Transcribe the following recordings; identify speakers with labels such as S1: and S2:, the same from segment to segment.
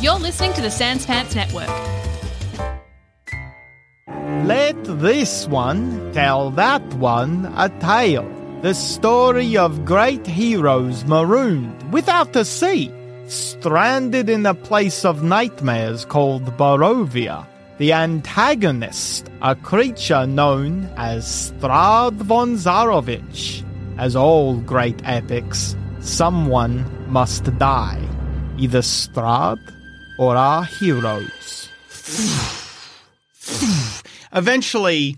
S1: You're listening to the Sans Pants Network.
S2: Let this one tell that one a tale. The story of great heroes marooned without a sea, stranded in a place of nightmares called Barovia. The antagonist, a creature known as Strad von Zarovich. As all great epics, someone must die. Either Strad or our heroes.
S3: eventually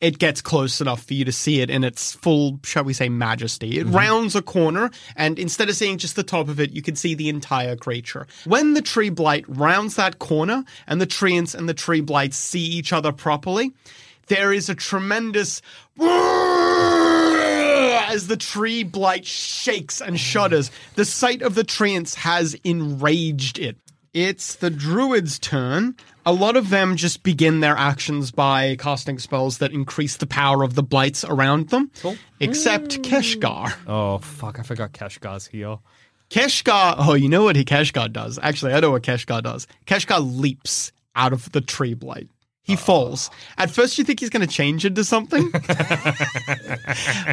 S3: it gets close enough for you to see it in its full, shall we say, majesty. It rounds a corner, and instead of seeing just the top of it, you can see the entire creature. When the tree blight rounds that corner, and the treants and the tree blight see each other properly, there is a tremendous as the tree blight shakes and shudders. The sight of the treants has enraged it. It's the druid's turn. A lot of them just begin their actions by casting spells that increase the power of the blights around them, except Keshgar.
S4: Oh fuck! I forgot Kashgar's here.
S3: Keshgar, oh, you know what he Keshgar does? Actually, I know what Keshgar does. Keshgar leaps out of the tree blight. He falls. At first, you think he's going to change into something,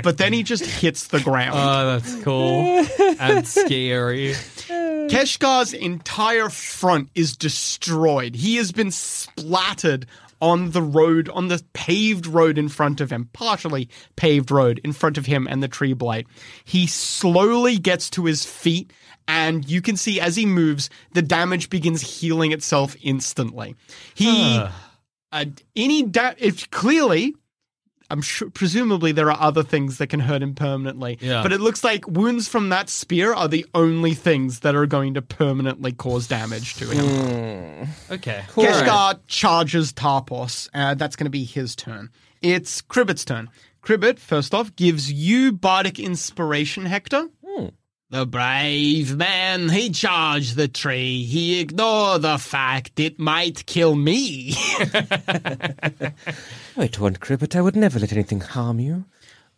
S3: but then he just hits the ground.
S4: Oh, that's cool and scary.
S3: Keshgar's entire front is destroyed. He has been splattered on the road, on the paved road in front of him, partially paved road in front of him and the tree blight. He slowly gets to his feet, and you can see as he moves, the damage begins healing itself instantly. He, uh, any da- if clearly, I'm sure, presumably there are other things that can hurt him permanently.
S4: Yeah.
S3: But it looks like wounds from that spear are the only things that are going to permanently cause damage to him.
S4: Okay.
S3: Keshgar charges Tarpos. Uh, that's going to be his turn. It's Cribbit's turn. Cribbit, first off, gives you bardic inspiration, Hector. The brave man, he charged the tree. He ignored the fact it might kill me.
S5: Oh,
S6: Wait one, Cribbit, I would never let anything harm you.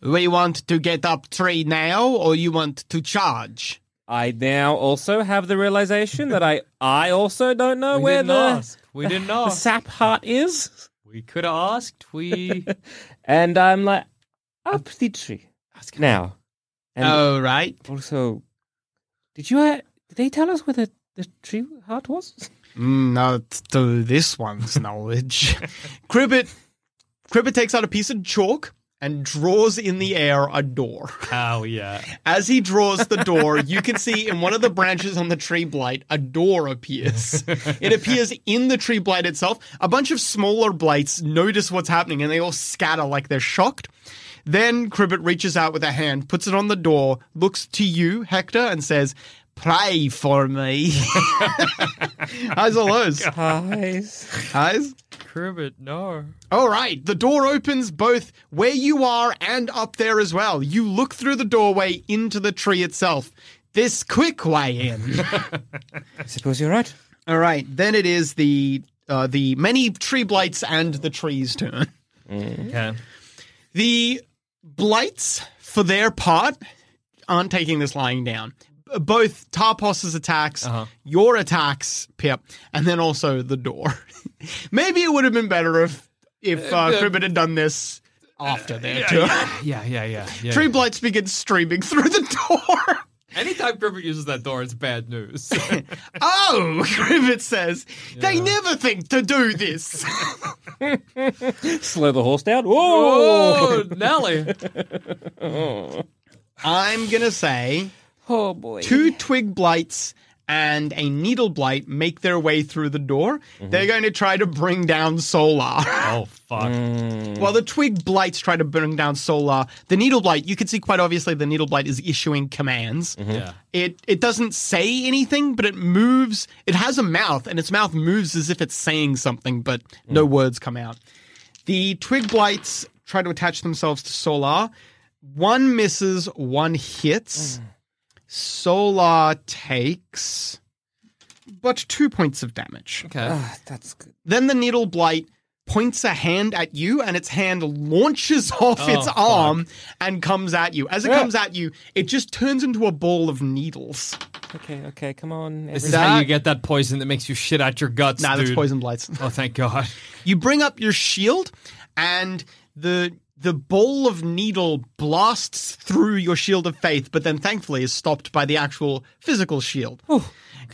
S3: We want to get up tree now, or you want to charge?
S5: I now also have the realization that I I also don't know
S4: We
S5: where
S4: didn't
S5: the,
S4: ask. We didn't
S5: the
S4: ask.
S5: sap heart is.
S4: we could have asked. We
S5: And I'm like, up the tree. Now. And
S3: All Oh, right.
S5: also, did you, uh, did they tell us where the, the tree heart was?
S3: Mm, Not to this one's knowledge. Cribbit, Cribbit takes out a piece of chalk and draws in the air a door.
S4: hell yeah.
S3: As he draws the door, you can see in one of the branches on the tree blight, a door appears. It appears in the tree blight itself. A bunch of smaller blights notice what's happening and they all scatter like they're shocked. Then Cribbit reaches out with a hand, puts it on the door, looks to you, Hector, and says, Pray for me. Highs or lows?
S5: Pies.
S3: Highs?
S4: Cribbit, no.
S3: All right, the door opens both where you are and up there as well. You look through the doorway into the tree itself. This quick way in.
S5: I suppose you're right.
S3: All right, then it is the uh, the many tree blights and the trees turn.
S4: Okay.
S3: The blights, for their part, aren't taking this lying down. B- Both Tarpos's attacks, your attacks, Pip, and then also the door. Maybe it would have been better if if uh, Cribbit had done this after their turn.
S4: Yeah, yeah, yeah. yeah.
S3: Tree blights begin streaming through the door.
S4: Anytime Cribbit uses that door, it's bad news.
S3: oh, Cribbit says, they never think to do this.
S5: Slow the horse down. Whoa!
S4: oh, Nelly.
S3: I'm going to say
S5: Oh, boy.
S3: two twig blights and a needle blight make their way through the door, they're going to try to bring down Solar.
S4: Mm-hmm.
S3: Mm.
S4: Oh fuck.
S3: While the twig blights try to bring down Solar, the needle blight, you can see quite obviously the needle blight is issuing commands.
S4: Yeah.
S3: It it doesn't say anything, but it moves. It has a mouth, and its mouth moves as if it's saying something, but
S4: Mm.
S3: no words come out. The twig blights try to attach themselves to Solar. One misses, one
S4: Mm.
S3: hits. Solar takes but two points of damage.
S4: Okay.
S5: Ah, That's good.
S3: Then the needle blight points a hand at you, and its hand launches off its
S4: Oh, fuck.
S3: arm and comes at you. As it comes at you, it just turns into a ball of needles.
S5: Okay, okay, come on.
S4: This
S5: Every-
S4: is how
S3: That-
S4: you get that poison that makes you shit out your guts,
S3: Nah, that's
S4: dude.
S3: poison blights.
S4: Oh, thank God.
S3: you bring up your shield, and the the ball of needle blasts through your shield of faith, but then thankfully is stopped by the actual physical shield.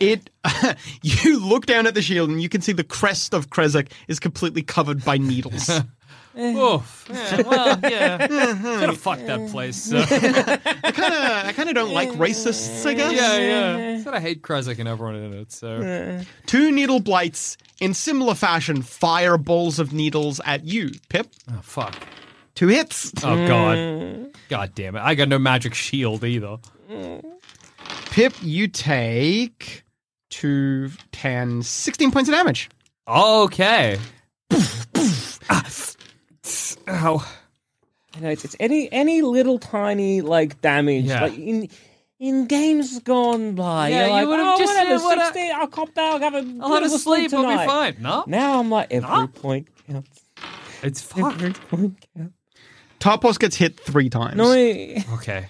S3: It, you look down at the shield and you can see the crest of Kresik is completely covered by needles. Uh,
S4: Oof. Yeah, well, yeah. Could have fucked that place. so. yeah,
S3: kind of I kind of don't like racists, I guess.
S4: yeah. Sort of hate Kresik and everyone in it. So
S3: Two needle blights in similar fashion fire balls of needles at you, Pip.
S4: oh, fuck.
S3: Two hits.
S4: Oh God. God damn it! I got no magic shield either.
S3: Pip, you take two, 10, 16 points of damage.
S4: Okay. Ah. Ow.
S5: you know, it's, it's any any little tiny like damage.
S4: Yeah.
S5: Like in in games gone by,
S4: Yeah,
S5: you're
S4: you
S5: like,
S4: would've
S5: oh,
S4: just
S5: whatever,
S4: said, what a-
S5: 16, I'll cop that, I'll have a
S4: I'll have a
S5: little
S4: sleep. I'll
S5: tonight.
S4: be fine. No,
S5: Now I'm like, every
S4: Huh?
S5: point counts.
S4: it's fucked.
S5: Every point counts.
S3: Tarpos gets hit three times.
S5: No, I-
S4: Okay.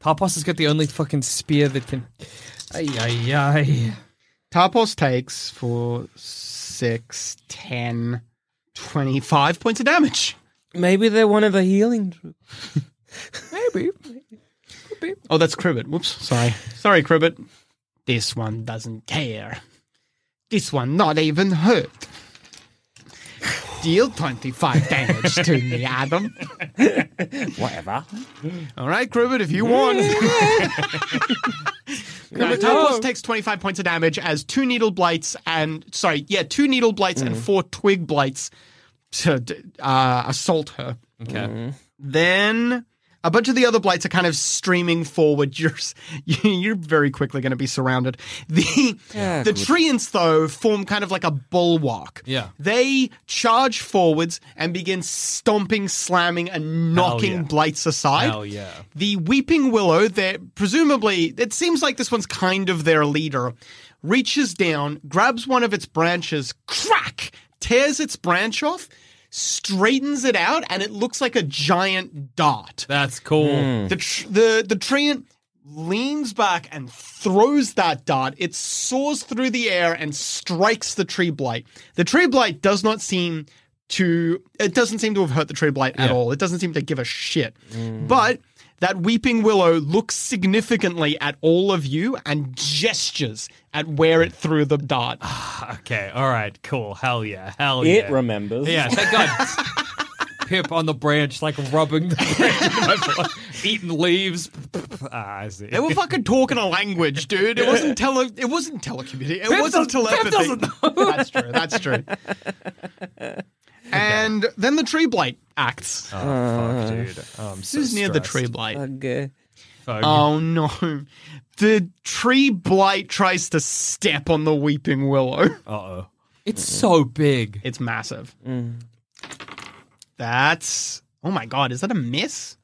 S4: Topos has got the only fucking spear that can. Ay, ay, ay.
S3: Tarpos takes for six, 10, 25 points of damage.
S5: maybe they're one of the healing troops.
S4: Maybe.
S3: Oh, that's Cribbit. Whoops. Sorry. Sorry, Cribbit. This one doesn't care. This one not even hurt. Deal 25 damage to me, Adam.
S5: Whatever.
S3: All right, Cribbit, if you want. Cribbit Topos takes 25 points of damage as two needle blights and, sorry, yeah, two needle blights and four twig blights to uh, assault her.
S4: Okay.
S3: Then a bunch of the other blights are kind of streaming forward. You're s- you're very quickly going to be surrounded. The the treants though form kind of like a bulwark.
S4: Yeah.
S3: they charge forwards and begin stomping, slamming, and knocking
S4: yeah.
S3: blights aside.
S4: Hell yeah.
S3: The Weeping Willow, they're presumably, it seems like this one's kind of their leader, reaches down, grabs one of its branches, crack, tears its branch off, straightens it out, and it looks like a giant dart.
S4: That's cool.
S3: The, tr- the, the treant leans back and throws that dart. It soars through the air and strikes the tree blight. The tree blight does not seem to, it doesn't seem to have hurt the tree blight at
S4: Yeah.
S3: all. It doesn't seem to give a shit. But that weeping willow looks significantly at all of you and gestures at where it threw the dart.
S4: Okay. All right. Cool. Hell yeah. Hell
S5: It
S4: Oh, yeah.
S5: remembers.
S4: yeah. Thank God. Pip on the branch, like rubbing the branch, in my foot, eating leaves. Ah, I see.
S3: They were fucking talking a language, dude. It wasn't tele. It wasn't telecommuting. It wasn't telepathy. that's true. That's true. And then the tree blight acts.
S4: Oh, fuck, dude. Oh, I'm so
S3: Who's near the
S4: stressed.
S3: tree blight?
S5: Okay.
S4: Fuck.
S3: oh no! The tree blight tries to step on the weeping willow.
S4: Uh-oh. It's so big.
S3: It's massive. That's oh my god! Is that a miss?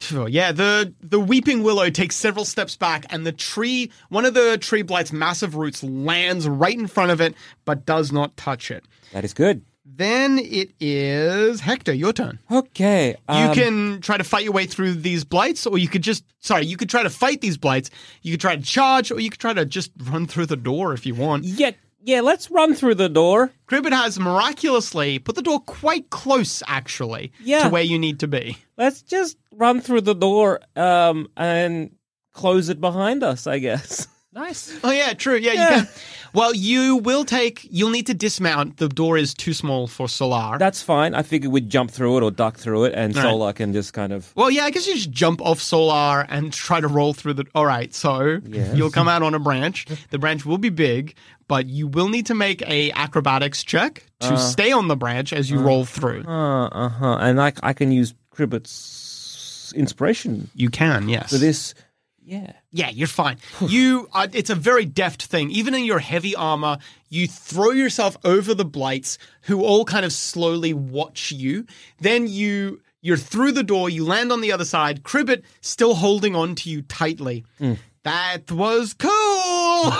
S3: Phew, Yeah, the the weeping willow takes several steps back, and the tree, one of the tree blight's massive roots, lands right in front of it, but does not touch it.
S5: That is good.
S3: Then it is Hector. Your turn.
S5: Okay.
S3: You
S5: um,
S3: can try to fight your way through these blights, or you could just sorry, you could try to fight these blights. You could try to charge, or you could try to just run through the door if you want.
S5: Yeah, yeah, let's run through the door.
S3: Cribbit has miraculously put the door quite close, actually,
S5: Yeah.
S3: to where you need to be.
S5: Let's just run through the door um, and close it behind us, I guess.
S4: Nice.
S3: Oh yeah, true. Yeah, you can. Well, you will take. You'll need to dismount. The door is too small for Solar.
S5: That's fine. I figured we'd jump through it or duck through it, and Solar can just kind of.
S3: well, yeah, I guess you just jump off Solar and try to roll through the. All right, so you'll come out on a branch. The branch will be big, but you will need to make a acrobatics check to stay on the branch as you roll through.
S5: Uh huh. And I, I can use Cribbit's inspiration
S3: you can, yes.
S5: for this. Yeah.
S3: Yeah, you're fine. you, uh, it's a very deft thing. Even in your heavy armor, you throw yourself over the blights, who all kind of slowly watch you. Then you, you're through the door. You land on the other side. Cribbit still holding on to you tightly. That was cool.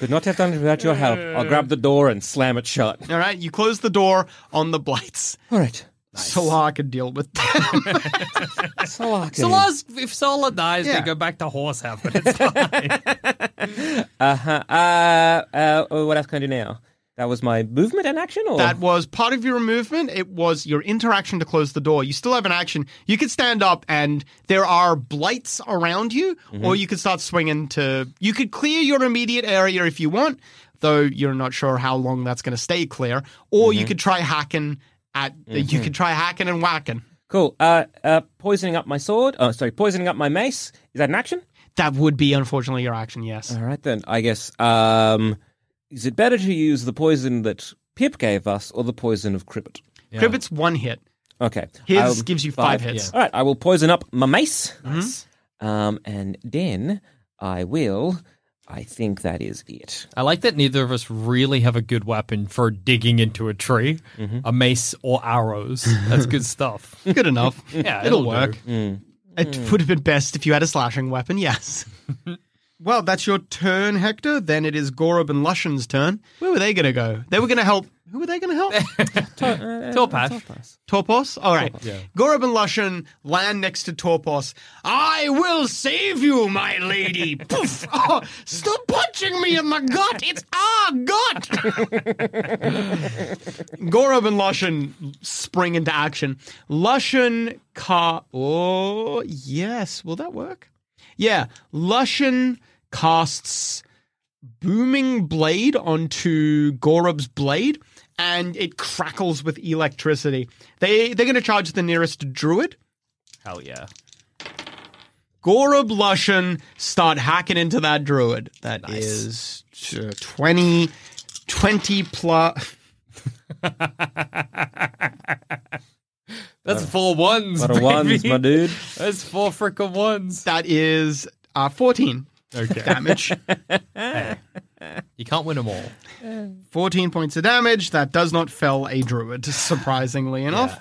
S5: Could not have done it without your help. I'll grab the door and slam it shut.
S3: all right, you close the door on the blights.
S5: All right.
S3: Solar can deal with that.
S5: Solar can.
S4: Solar's, if Solar dies,
S3: Yeah.
S4: they go back to horse half, but it's fine.
S5: Uh-huh. Uh, uh, oh, what else can I do now? That was my movement and action, or
S3: That was part of your movement. It was your interaction to close the door. You still have an action. You could stand up, and there are blights around you, or you could start swinging to. You could clear your immediate area if you want, though you're not sure how long that's going to stay clear. Or you could try hacking at. You could try hacking and whacking.
S5: cool. Uh, uh, poisoning up my sword. Oh, sorry, poisoning up my mace. Is that an action?
S3: That would be unfortunately your action. Yes.
S5: All right then. I guess. Um, is it better to use the poison that Pip gave us, or the poison of Cribbit?
S3: Cribbit's one hit.
S5: Okay.
S3: His
S5: I'll-
S3: gives you five,
S5: five,
S3: hits.
S5: All right. I will poison up my mace. Um, and then I will. I think that is it.
S4: I like that neither of us really have a good weapon for digging into a tree, a mace or arrows. That's Mm-hmm. good stuff.
S3: Good enough.
S4: Yeah,
S3: it'll,
S4: it'll do.
S3: work. It would have been best if you had a slashing weapon, yes. well, that's your turn, Hector. Then it is Gorob and Lushan's turn. Where were they going to go? They were going to help. Who were they going to help?
S4: Torpath.
S3: Torpos? All right. Gorob and Lushan land next to Torpos. I will save you, my lady. Poof! Oh, stop punching me in the gut. It's our gut. Gorob and Lushan spring into action. Lushan car. Oh, yes. Will that work? Yeah. Lushan casts booming blade onto Gorob's blade, and it crackles with electricity. They they're going to charge the nearest druid.
S4: Hell yeah.
S3: Gorob Lushan start hacking into that druid. That is uh, 20, 20 plus.
S4: That's four ones.
S5: Lot of ones,
S4: baby.
S5: my dude.
S4: That's four frickin' ones.
S3: That is uh, fourteen
S4: Okay.
S3: damage.
S4: you can't win them all.
S3: 14 points of damage. That does not fell a druid, surprisingly enough.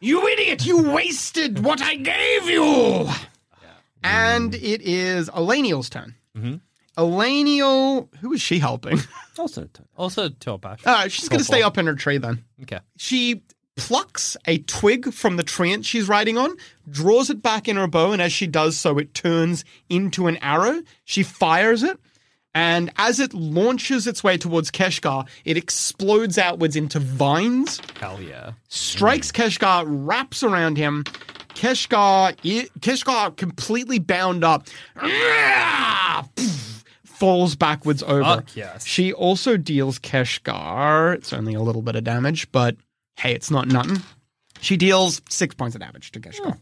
S3: You idiot! You wasted what I gave you! And it is Elenial's turn. Mm-hmm. Elenial, who is she helping?
S5: Also,
S4: Also, Torpath.
S3: All right, she's going to
S4: Torpor.
S3: stay up in her tree then.
S4: Okay.
S3: She plucks a twig from the treant she's riding on, draws it back in her bow, and as she does so, it turns into an arrow. She fires it, and as it launches its way towards Keshgar, it explodes outwards into vines,
S4: Hell yeah.
S3: strikes Keshgar, wraps around him. Keshgar, i- Keshgar completely bound up, falls backwards over.
S4: Fuck yes.
S3: She also deals Keshgar. It's only a little bit of damage, but hey, it's not nothing. She deals six points of damage to Keshgar.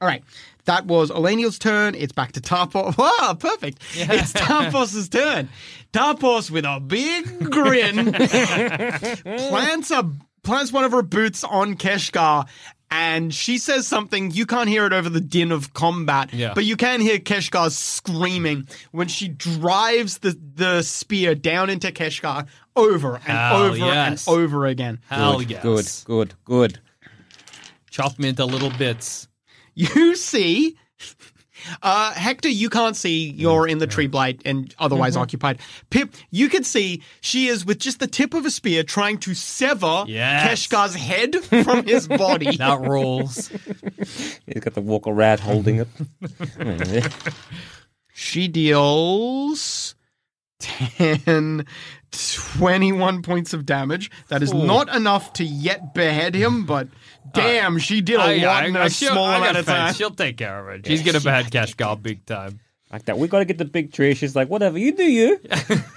S3: All right. That was Elenial's turn. It's back to Tarpos. Wow, perfect. It's Tarpos's turn. Tarpos with a big grin plants a plants one of her boots on Keshgar and she says something you can't hear it over the din of combat
S4: Yeah.
S3: but you can hear Keshgar screaming when she drives the the spear down into Keshgar over and
S4: Hell
S3: over
S4: yes.
S3: and over again
S4: Hell
S5: good,
S4: yes.
S5: oh, good, good, good.
S4: Chop me into little bits.
S3: you see uh hector you can't see you're in the tree blight and otherwise
S4: Mm-hmm.
S3: occupied pip you can see she is with just the tip of a spear trying to sever
S4: Yes.
S3: keshgar's head from his body
S4: That rules.
S5: He's got the walker rat holding it.
S3: she deals 10 21 points of damage that is not enough to yet behead him but damn she did a lot in a
S4: she'll-
S3: small
S4: I got
S3: amount of
S4: faith.
S3: time
S4: She'll take care of it. She's gonna bad cash gob big time.
S5: like that. We got to get the big tree. She's like, whatever, you do you.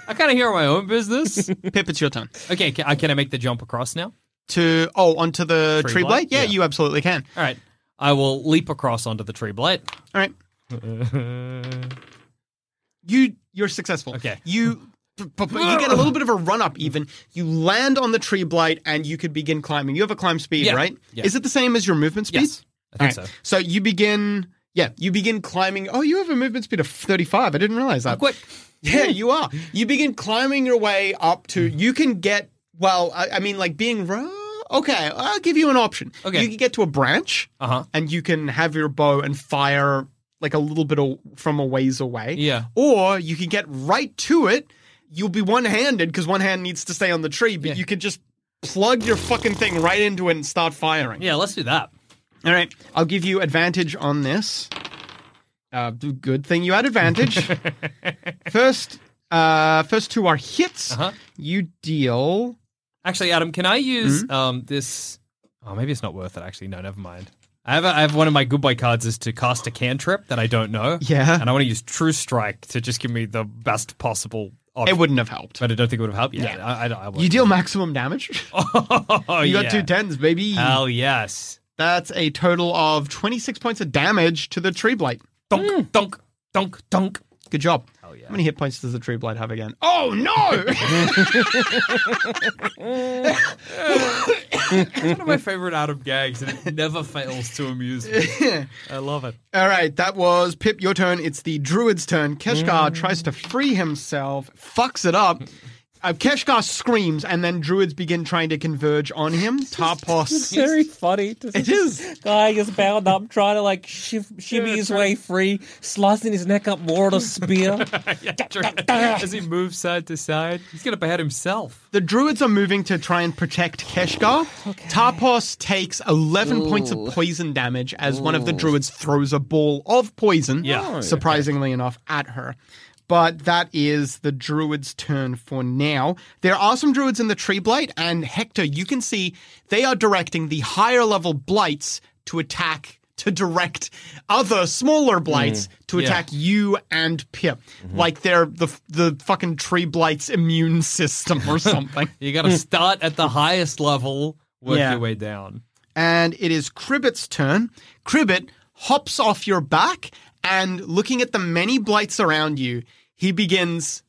S4: I kind of hear my own business.
S3: Pip, it's your turn.
S4: okay, can, uh, can I make the jump across now?
S3: To oh, onto the
S4: Tree
S3: tree,
S4: blade?
S3: blade. Yeah,
S4: Yeah.
S3: you absolutely can.
S4: All right, I will leap across onto the tree blade.
S3: All right. you you're successful.
S4: Okay.
S3: You but, but you get a little bit of a run up even. You land on the tree blight and you could begin climbing. You have a climb speed,
S4: Yeah.
S3: right?
S4: Yeah.
S3: Is it the same as your movement speed?
S4: Yes. I think
S3: All right.
S4: so.
S3: So you begin yeah, you begin climbing. Oh, you have a movement speed of 35. I didn't realize that.
S4: Quick.
S3: Yeah, you are. You begin climbing your way up to. You can get. Well, I, I mean, like being. ro- Okay, I'll give you an option.
S4: Okay.
S3: you can get to a branch,
S4: Uh-huh.
S3: and you can have your bow and fire like a little bit of, from a ways away.
S4: Yeah.
S3: or you can get right to it. You'll be one-handed because one hand needs to stay on the tree, but you could just plug your fucking thing right into it and start firing.
S4: Yeah, let's do that.
S3: All right, I'll give you advantage on this. Uh, d- good thing you had advantage. first, uh, first two are hits.
S4: Uh-huh.
S3: You deal.
S4: Actually, Adam, can I use
S3: Hmm?
S4: um, this? Oh, maybe it's not worth it. Actually, no, never mind. I have a, I have one of my goodbye cards is to cast a cantrip that I don't know.
S3: Yeah.
S4: and I want to use True Strike to just give me the best possible. Option.
S3: It wouldn't have helped.
S4: but I don't think it would have helped. Yeah, I, I, I won't.
S3: You deal maximum damage.
S4: Oh,
S3: you got
S4: yeah.
S3: two tens, baby.
S4: Hell yes!
S3: That's a total of twenty-six points of damage to the tree blight.
S4: Dunk,
S3: Hmm.
S4: dunk, dunk, dunk.
S3: Good job.
S4: yeah.
S3: How many hit points does the tree blight have again? Oh no!
S4: It's one of my favorite Adam gags, and it never fails to amuse me. I love it.
S3: All right, that was Pip. Your turn. It's the druid's turn.
S4: Mm.
S3: Keshgar tries to free himself, fucks it up. Uh, Keshgar screams, and then druids begin trying to converge on him. Tarpos.
S5: Very funny. To see
S3: is.
S5: this Guy is bound up, trying to like shiv- shimmy his way free, slicing his neck up more with a spear.
S4: As he moves side to side, he's gonna behead himself.
S3: The druids are moving to try and protect Keshgar. Tarpos takes 11 points of poison damage as one of the druids throws a ball of poison,
S4: Yeah.
S3: surprisingly enough, at her. But that is the druid's turn for now. There are some druids in the tree blight, and Hector, you can see they are directing the higher level blights to attack, to direct other smaller blights to attack you and Pip. Like they're the, the fucking tree blight's immune system or something.
S4: You
S5: Hmm.
S4: gotta start at the highest level, work
S3: Yeah.
S4: your way down.
S3: and it is Cribbit's turn. Cribbit hops off your back and looking at the many blights around you, he begins.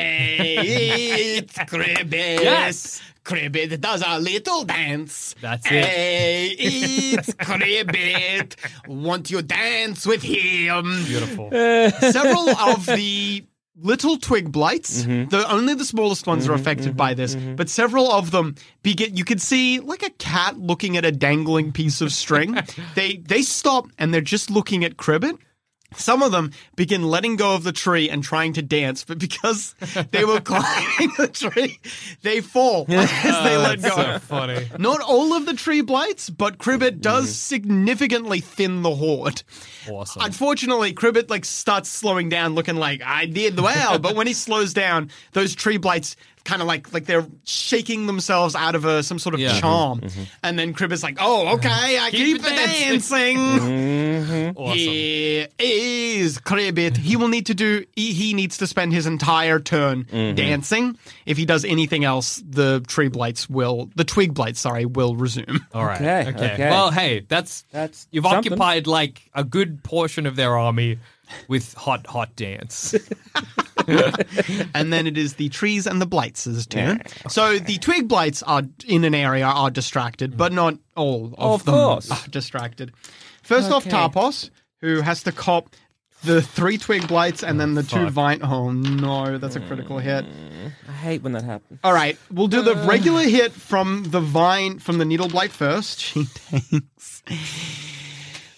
S3: Hey, it's Cribbit.
S4: Yes.
S3: Cribbit does a little dance.
S4: That's it.
S3: Hey, it's Cribbit. Won't you dance with him?
S4: Beautiful.
S3: several of the little twig blights the only the smallest ones are affected by this but several of them begin you can see like a cat looking at a dangling piece of string they they stop and they're just looking at cribbit some of them begin letting go of the tree and trying to dance, but because they were climbing the tree, they fall as they let go.
S4: so funny.
S3: Not all of the tree blights, but Cribbit does significantly thin the horde.
S4: Awesome.
S3: Unfortunately, Cribbit like starts slowing down, looking like I did well. but when he slows down, those tree blights kind of like like they're shaking themselves out of a, some sort of
S4: Yeah.
S3: charm, and then Cribbit's like, "Oh, okay, I keep,
S4: it
S3: dancing."
S4: awesome.
S3: He is Cribbit. He will need to do. He, he needs to spend his entire turn
S5: Mm-hmm.
S3: dancing. If he does anything else, the tree blights will. The twig blights, sorry, will resume.
S5: Oh.
S4: All right.
S5: Okay, okay.
S4: Well, hey, that's
S5: That's
S4: you've
S5: something.
S4: occupied like a good portion of their army with hot, hot dance.
S3: and then it is the trees and the blights' turn. So the twig blights are in an area are distracted, but not all of,
S5: Of
S3: them
S5: course.
S3: are distracted. First off, Tarpos, who has to cop the three twig blights and then the two vine. Oh no, that's a critical hit.
S5: I hate when that happens.
S3: All right, we'll do
S4: Uh.
S3: the regular hit from the vine from the needle blight first. She takes.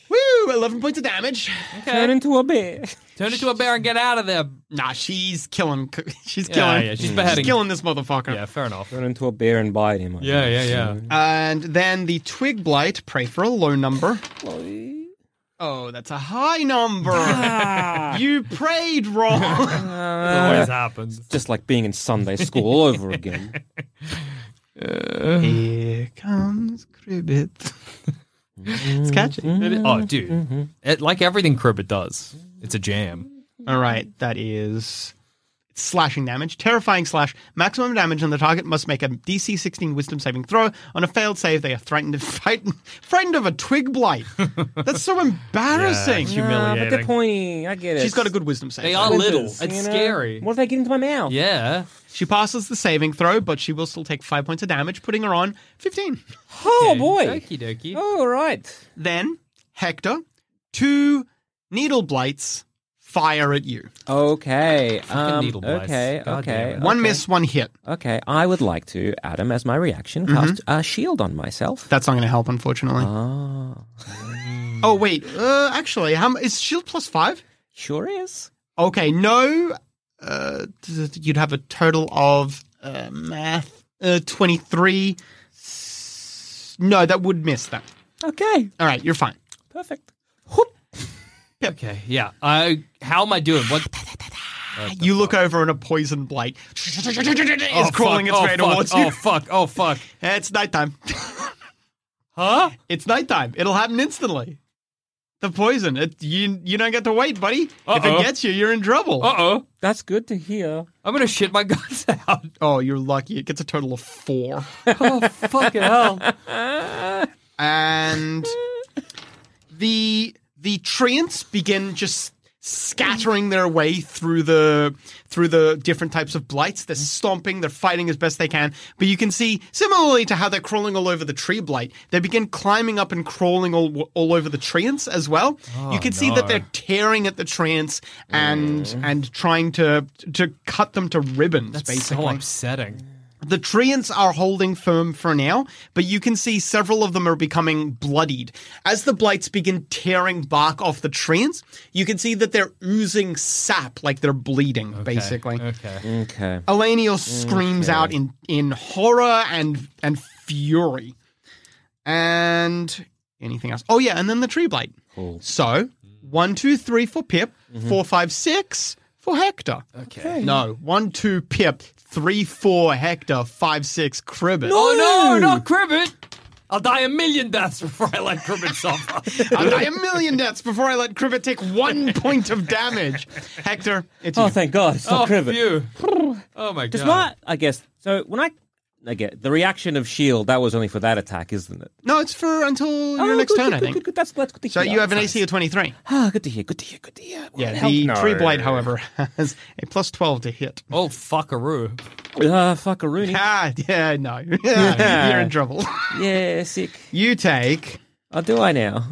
S3: Woo! Eleven points of damage.
S5: Turn into a bear.
S4: Turn into a bear and get out of there.
S3: Nah, she's killing. She's
S4: Yeah,
S3: killing.
S4: yeah, she's beheading.
S3: killing this motherfucker.
S4: Yeah, fair enough.
S5: Turn into a bear and bite him. I
S4: Yeah, yeah,
S5: guess.
S4: yeah.
S3: And then the twig blight. Pray for a low number. Oh, that's a high
S4: Ah.
S3: number. you prayed wrong.
S4: It always happens.
S5: Just like being in Sunday school all over again.
S3: Here comes Cribbit. it's catchy.
S4: Mm-hmm. It-
S5: Mm-hmm.
S4: oh, dude. It, like everything Cribbit does, It's a jam.
S3: All right, that is slashing damage, terrifying slash, maximum damage, and the target must make a DC 16 Wisdom saving throw. On a failed save, they are threatened to fight, frightened of a twig blight. That's so embarrassing.
S4: Yeah,
S5: Ah, but they're
S4: Humiliating.
S5: pointy. I get it.
S3: She's got a good Wisdom save.
S4: They
S3: though.
S4: are
S5: Splinters,
S4: little.
S5: you
S4: It's
S5: know?
S4: scary.
S5: What if they get into my mouth?
S4: Yeah.
S3: She passes the saving throw, but she will still take five points of damage, putting her on 15.
S5: Oh boy. Oh.
S4: Okie dokie.
S5: All right.
S3: Then Hector, two needle blights fire at you.
S5: Okay. Um,
S4: needle blights.
S5: okay.
S4: God
S5: okay.
S4: damn it.
S3: One
S5: okay.
S3: miss, one hit.
S5: Okay. I would like to, Adam, as my reaction,
S4: Mm-hmm.
S5: cast a shield on myself.
S3: That's not going to help, unfortunately.
S4: Um.
S5: Ah,
S3: oh wait, uh, actually, how, m- is shield plus five?
S5: sure is.
S3: Okay, no. Uh, th- th- you'd have a total of uh, math uh, twenty three. No, that would miss that.
S5: Okay.
S3: All right, you're fine.
S5: Perfect.
S4: Okay. Yeah. I. How am I doing? What?
S3: you look over and a poison blight is
S4: Oh, fuck.
S3: crawling its
S4: oh,
S3: way
S4: fuck.
S3: towards you.
S4: Oh fuck. Oh fuck.
S3: It's nighttime.
S4: Huh?
S3: it's nighttime. It'll happen instantly. The poison. It, you you don't get to wait, buddy. If it
S4: Uh-oh.
S3: gets you, you're in trouble.
S4: Uh oh.
S5: That's good to hear.
S4: I'm gonna shit my guts out.
S3: Oh, you're lucky. It gets a total of four.
S4: Oh fucking hell.
S3: and the the treants begin just scattering their way through the through the different types of blights. They're stomping, they're fighting as best they can. But you can see, similarly to how they're crawling all over the tree blight, they begin climbing up and crawling all all over the treants as well. you can see that
S4: Oh, no. Mm.
S3: they're tearing at the treants and and trying to to cut them to ribbons.
S4: That's
S3: basically,
S4: so upsetting.
S3: the treants are holding firm for now, but you can see several of them are becoming bloodied. As the blights begin tearing bark off the treants, you can see that they're oozing sap like they're bleeding, basically.
S4: Okay.
S5: Okay.
S3: Elenior screams out in, in horror and and fury. And anything else? Oh yeah, and then the tree blight. So one, two, three for Pip, four, five, six for Hector. Okay. No, one, two, Pip, three, four, Hector, five, six, Cribbit.
S4: Oh no, not Cribbit. I'll die a million deaths before I let Cribbit suffer.
S3: I'll die a million deaths before I let Cribbit take one point of damage. Hector, it's
S5: Oh,
S3: you.
S5: thank God. It's
S4: oh,
S5: not Crivet.
S4: phew. Oh my god.
S5: Does not, I guess. So when I. Again, the reaction of shield, E that was only for that attack, isn't it?
S3: No, it's for until your
S5: Oh,
S3: next
S5: good,
S3: turn,
S5: good,
S3: I
S5: good,
S3: think.
S5: Good, good, That's, that's good to
S3: So
S5: hear.
S3: you have an AC of 23.
S5: Ah, good to hear, good to hear, good to hear. Well,
S3: Yeah,
S5: hell-
S3: the tree blade, however, has a plus 12 to hit.
S4: Oh fuckaroo.
S5: Ah, fuck a Rooney.
S3: Ah, yeah, no. You're in trouble.
S5: Yeah, sick.
S3: You take,
S5: Oh, do I now?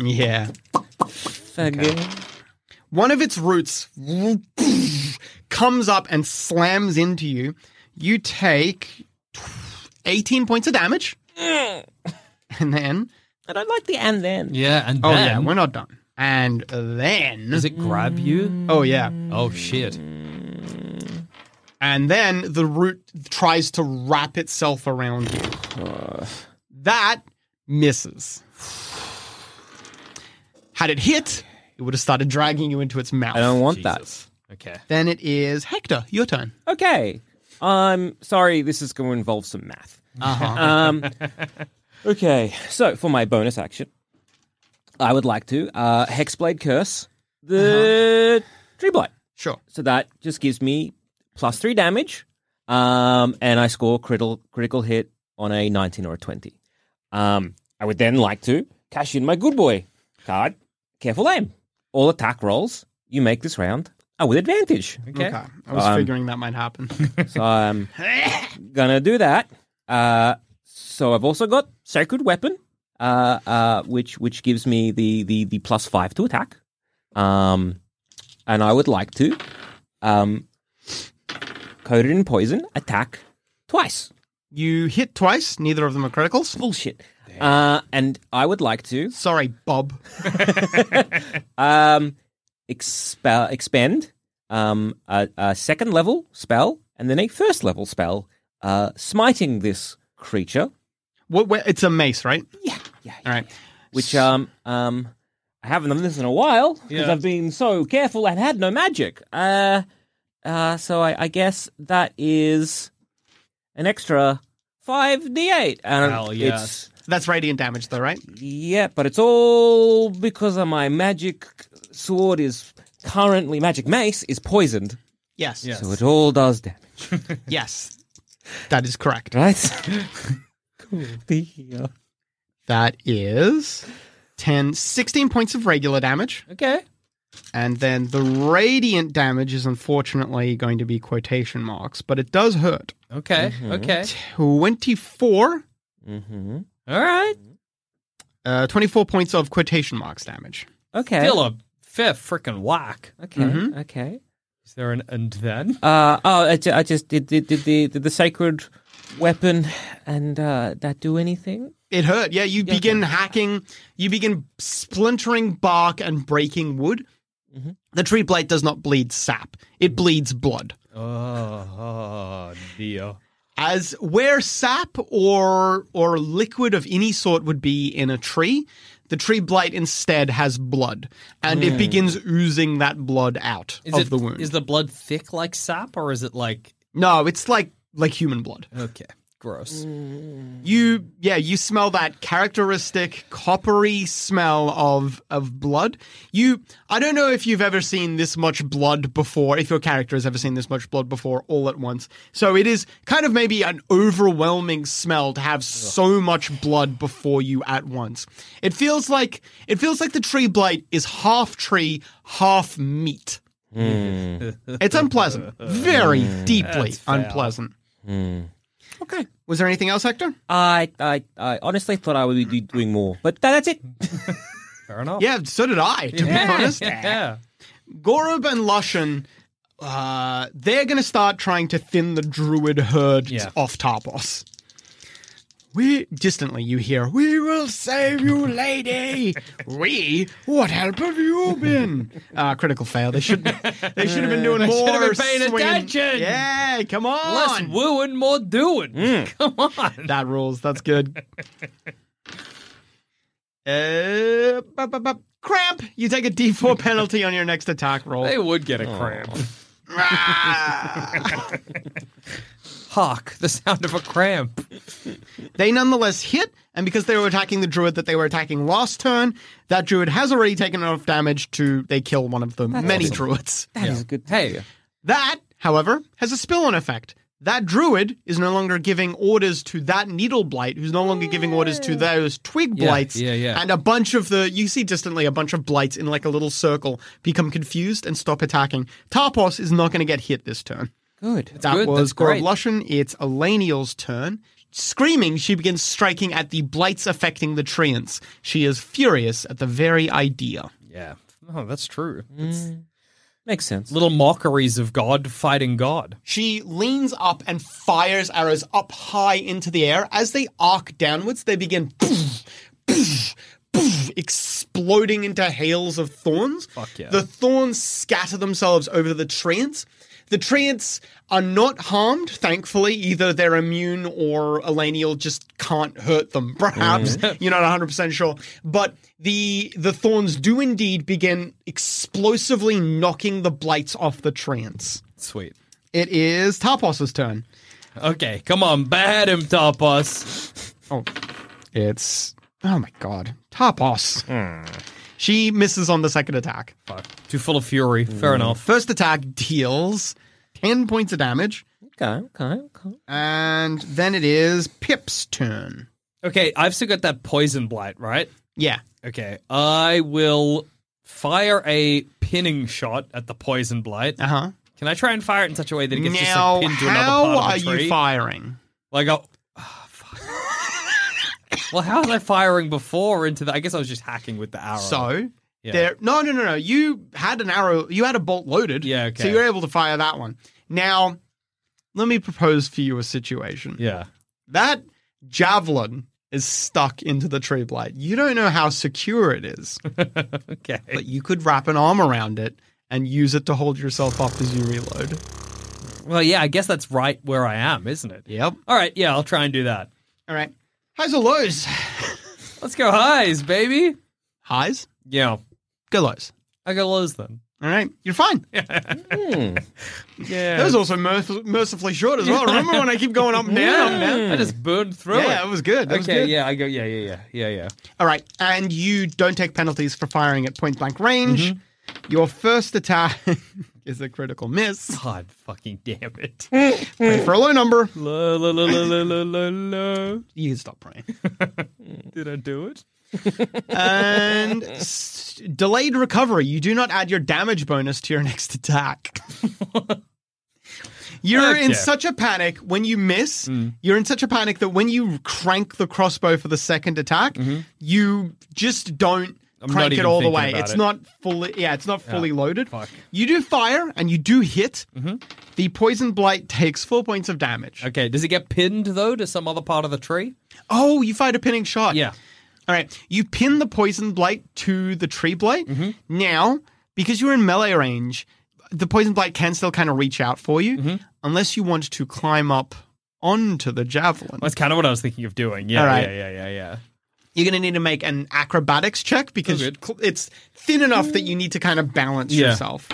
S3: yeah,
S5: Fucking.
S3: one of its roots comes up and slams into you. You take 18 points of damage. Mm. And then,
S5: I don't like the and then.
S4: Yeah, and
S3: oh,
S4: then
S3: yeah, we're not done. And then,
S4: does it grab you?
S3: oh, yeah.
S4: Oh shit.
S3: And then the root tries to wrap itself around you. That misses. Had it hit, it would have started dragging you into its mouth.
S5: I don't want
S4: Jesus. Okay.
S3: Then it is Hector, your turn.
S5: that. Okay. I'm sorry, this is going to involve some math.
S3: Uh-huh.
S5: Um, okay, so for my bonus action, I would like to uh, Hexblade Curse the
S3: Uh-huh.
S5: Tree Blight.
S3: Sure.
S5: So that just gives me plus three damage, um, and I score critical critical hit on a 19 or a 20. Um, I would then like to cash in my Good Boy card. Careful aim. All attack rolls you make this round are with advantage.
S3: Okay. I was figuring that might happen.
S5: Um, So I'm gonna do that. Uh, so I've also got sacred weapon, uh, uh, which which gives me the, the the plus five to attack. Um, and I would like to, um, coated in poison, attack twice.
S3: you hit twice, neither of them are criticals.
S5: Bullshit. Uh, and I would like to
S3: Sorry, Bob.
S5: um, expel, expend um, a, a second level spell and then a first level spell, uh, smiting this creature.
S3: What, where, it's a mace, right?
S5: Yeah, yeah,
S3: All right.
S5: which um um I haven't done this in a while because I've been so careful and had no magic. Uh, uh, so I, I guess that is an extra five d eight. And
S4: Hell yes.
S3: That's radiant damage, though, right?
S5: It's, yeah, but it's all because of my magic sword is currently magic mace is poisoned,
S3: Yes.
S4: Yes.
S5: so it all does damage.
S3: Yes. That is correct.
S5: Right? cool. Yeah.
S3: That is 10, 16 points of regular damage.
S4: Okay.
S3: And then the radiant damage is unfortunately going to be quotation marks, but it does hurt.
S4: Okay. Okay.
S3: 24,
S5: Mm-hmm.
S4: All right.
S3: uh, 24 points of quotation marks damage.
S5: Okay.
S4: Still a Mm-hmm. fifth freaking whack.
S5: Okay. Okay.
S4: Is there an and then?
S5: Uh, oh, I, ju- I just did, did, did the did the sacred weapon, and uh, that do anything?
S3: It hurt. Yeah, you begin hacking, you begin splintering bark and breaking wood. The tree blade does not bleed sap, it bleeds blood.
S4: Oh, oh dear.
S3: as where sap or or liquid of any sort would be in a tree the tree blight instead has blood and it begins oozing that blood out
S4: Hmm. Is
S3: of
S4: it,
S3: the wound
S4: Is the blood thick like sap, or is it like
S3: no it's like like human blood
S4: okay, gross?
S3: you yeah you smell that characteristic coppery smell of of blood you i don't know if you've ever seen this much blood before if your character has ever seen this much blood before all at once so it is kind of maybe an overwhelming smell to have so much blood before you at once it feels like it feels like the tree blight is half tree half meat it's unpleasant very deeply unpleasant okay was there anything else hector
S5: I, I I honestly thought I would be doing more, but tha- that's it.
S4: Fair enough.
S3: Yeah, so did I, to be honest.
S4: Oh. Yeah.
S3: Gorub and Lushan, uh, they're going to start trying to thin the druid herd
S4: Yeah.
S3: off Tarpos. We distantly you hear, "We will save you, lady." we? What help have you been? uh, critical fail. They should. They should have been doing more.
S4: should have been paying
S3: swing-
S4: attention.
S3: Yeah, come on.
S4: Less wooing, more doing. Come on.
S3: That rules. That's good. uh, bup, bup, bup. Cramp. You take a D4 penalty on your next attack roll.
S4: They would get a cramp. Hark, the sound of a cramp.
S3: They nonetheless hit, and because they were attacking the druid that they were attacking last turn, that druid has already taken enough damage to they kill one of the many druids.
S5: That is good.
S4: Hey,
S3: That, however, has a spill on effect. That druid is no longer giving orders to that needle blight, who's no longer giving orders to those twig
S4: Mm. Yeah,
S3: blights.
S4: yeah, yeah.
S3: And a bunch of the, you see distantly, a bunch of blights in like a little circle become confused and stop attacking. Tarpos is not going to get hit this turn.
S5: Good.
S3: That
S4: good,
S3: was
S4: that's
S3: Gorb
S4: great.
S3: Lushan. It's Elenial's turn. Screaming, she begins striking at the blights affecting the treants. She is furious at the very idea.
S4: yeah. Oh, that's true.
S5: Makes sense.
S4: Little mockeries of God fighting God.
S3: She leans up and fires arrows up high into the air. As they arc downwards, they begin poof, poof, poof, exploding into hails of thorns.
S4: Fuck yeah.
S3: The thorns scatter themselves over the treants. The treants are not harmed, thankfully. Either they're immune or Elenial just can't hurt them, perhaps.
S4: Mm.
S3: You're not 100% sure. But the the thorns do indeed begin explosively knocking the blights off the treants.
S4: Sweet.
S3: It is Tarpos's turn.
S4: Okay, come on, bad him, Topos.
S3: Oh, it's oh my god, Tarpos.
S4: Hmm.
S3: She misses on the second attack.
S4: Fuck. Mm. Too full of fury. Fair enough.
S3: First attack deals ten points of damage,
S5: Okay. Okay. Okay.
S3: and then it is Pip's turn.
S4: Okay, I've still got that poison blight, right?
S3: Yeah,
S4: Okay, I will fire a pinning shot at the poison blight.
S3: uh huh.
S4: Can I try and fire it in such a way that it gets just
S3: Now,
S4: like, pinned to another
S3: how
S4: part
S3: are
S4: of the tree?
S3: you firing?
S4: Like, oh, fuck. well, how was I firing before into the? I guess I was just hacking with the arrow.
S3: So
S4: Yeah.
S3: there, no, no, no, no. You had an arrow. You had a bolt loaded.
S4: Yeah,
S3: So
S4: okay.
S3: you were able to fire that one. Now, let me propose for you a situation.
S4: yeah,
S3: That javelin is stuck into the tree blade. You don't know how secure it is,
S4: okay.
S3: but you could wrap an arm around it and use it to hold yourself up as you reload.
S4: Well, yeah, I guess that's right where I am, isn't it?
S3: Yep.
S4: All right, yeah, I'll try and do that.
S3: All right. Highs or lows?
S4: Let's go highs, baby.
S3: Highs?
S4: Yeah,
S3: Go lows.
S4: I got lows then.
S3: All right. You're fine.
S4: Yeah,
S3: That was also merc- mercifully short as well. Remember when I keep going up and down? Up and down?
S4: I just burned through it.
S3: Yeah, it was good. That was
S4: okay,
S3: good.
S4: yeah, I go, yeah, yeah, yeah, yeah, yeah.
S3: All right. And you don't take penalties for firing at point blank range.
S4: Mm-hmm.
S3: Your first attack is a critical miss.
S4: God fucking damn it.
S3: Pray for a low number.
S4: la, la, la, la, la, la, la.
S3: You can stop praying.
S4: Did I do it?
S3: And s- delayed recovery. You do not add your damage bonus to your next attack. You're in
S4: Okay.
S3: such a panic when you miss.
S4: Mm.
S3: You're in such a panic that when you crank the crossbow for the second attack, you just don't
S4: Mm-hmm. I'm not
S3: crank it
S4: even
S3: all the
S4: thinking
S3: way.
S4: about
S3: It's
S4: it.
S3: not fully. Yeah, it's not fully loaded.
S4: fuck. Mm-hmm.
S3: You do fire and you do hit. The poison blight takes four points of damage.
S4: Okay, does it get pinned though to some other part of the tree?
S3: Oh, you fired a pinning shot.
S4: Yeah.
S3: All right. You pin the poison blight to the tree blight.
S4: Mm-hmm.
S3: Now, because you're in melee range, the poison blight can still kind of reach out for you,
S4: Mm-hmm.
S3: unless you want to climb up onto the javelin.
S4: That's kind of what I was thinking of doing. Yeah,
S3: All right.
S4: yeah, yeah, yeah, yeah.
S3: You're going to need to make an acrobatics check because
S4: Oh, good.
S3: cl- it's thin enough that you need to kind of balance
S4: Yeah.
S3: yourself.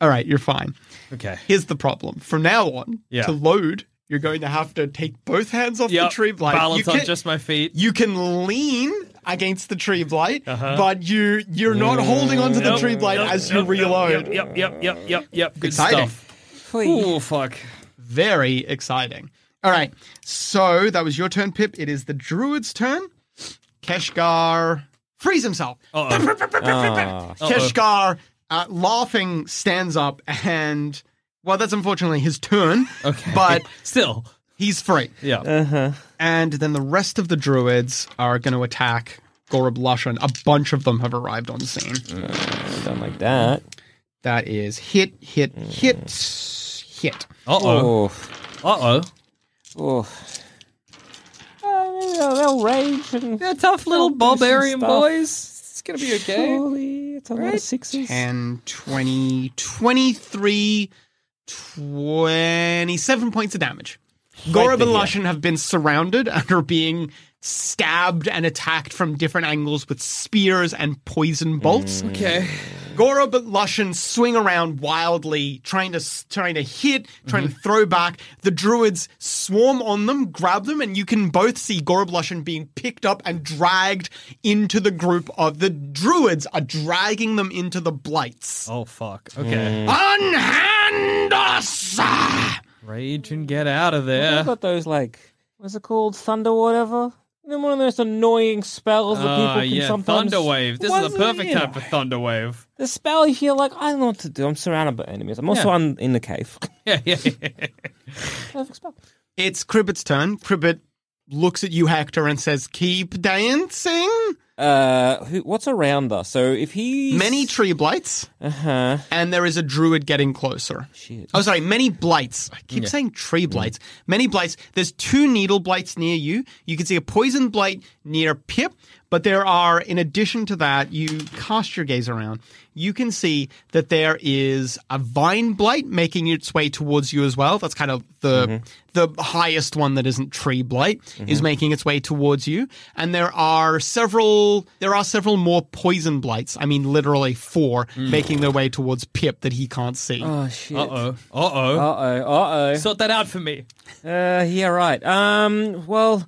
S3: All right, you're fine.
S4: Okay.
S3: Here's the problem. From now on,
S4: Yeah.
S3: to load, you're going to have to take both hands off
S4: Yep,
S3: the tree blight.
S4: balance
S3: You
S4: on
S3: can't-
S4: just my feet.
S3: you can lean against the tree blight, but you you're not holding onto the tree blight
S4: Uh-huh. Yep,
S3: as
S4: yep,
S3: you
S4: yep,
S3: reload.
S4: Yep, yep, yep, yep, yep. yep. Good
S3: Exciting.
S4: stuff. Oh fuck.
S3: Very exciting. All right, so that was your turn, Pip. It is the druid's turn. Keshgar frees himself.
S4: Ah.
S3: Keshgar, uh, laughing, stands up and. Well, that's unfortunately his turn,
S4: Okay.
S3: but
S4: Still.
S3: he's free.
S4: Yeah.
S3: And then the rest of the druids are going to attack Gorab Lushan. A bunch of them have arrived on scene.
S5: Something like that.
S3: That is hit, hit, hit, hit.
S4: uh oh.
S5: Oh,
S4: Uh oh.
S5: oh. Uh, they'll rage and
S4: They're tough little
S5: They'll do some
S4: barbarian
S5: stuff.
S4: boys. It's gonna be okay.
S5: surely it's a lot of sixes.
S3: 10, 20, 23, 27 points of damage. Gorab and Lushan have been surrounded and are being stabbed and attacked from different angles with spears and poison bolts.
S4: Okay.
S3: Gorab and Lushan swing around wildly, trying to trying to hit, trying to throw back. The druids swarm on them, grab them, and you can both see Gorab Lushan being picked up and dragged into the group of the druids are dragging them into the blights.
S4: Oh fuck.
S3: Mm.
S4: Okay.
S3: Unhand us!
S4: Rage and get out of there.
S5: I've got those like what's it called, thunder, whatever. They're one of those annoying spells that people
S4: Ah,
S5: can
S4: yeah,
S5: sometimes.
S4: Thunderwave. This
S5: What
S4: is the perfect
S5: you know,
S4: time for Thunderwave.
S5: The spell you feel like I don't know what to do. I'm surrounded by enemies. I'm also
S4: Yeah.
S5: un- in the cave.
S4: Yeah, yeah, yeah.
S5: Perfect spell.
S3: It's Cribbit's turn. Cribbit looks at you, Hector, and says, "Keep dancing."
S5: Uh, who, what's around us? So if he
S3: Many tree blights,
S5: uh-huh.
S3: and there is a druid getting closer.
S5: Shit. Mm.
S3: Oh, sorry, many blights. I keep saying tree blights. Many blights. There's two needle blights near you. You can see a poison blight near Pip, but there are, in addition to that, you cast your gaze around. You can see that there is a vine blight making its way towards you as well. That's kind of the the highest one that isn't tree blight is making its way towards you. And there are several there are several more poison blights. I mean, literally four making their way towards Pip that he can't see.
S5: Oh shit.
S4: Uh oh. Uh oh.
S5: Uh oh. Uh
S4: Sort that out for me.
S5: oh. Uh yeah. Right. Um. Well,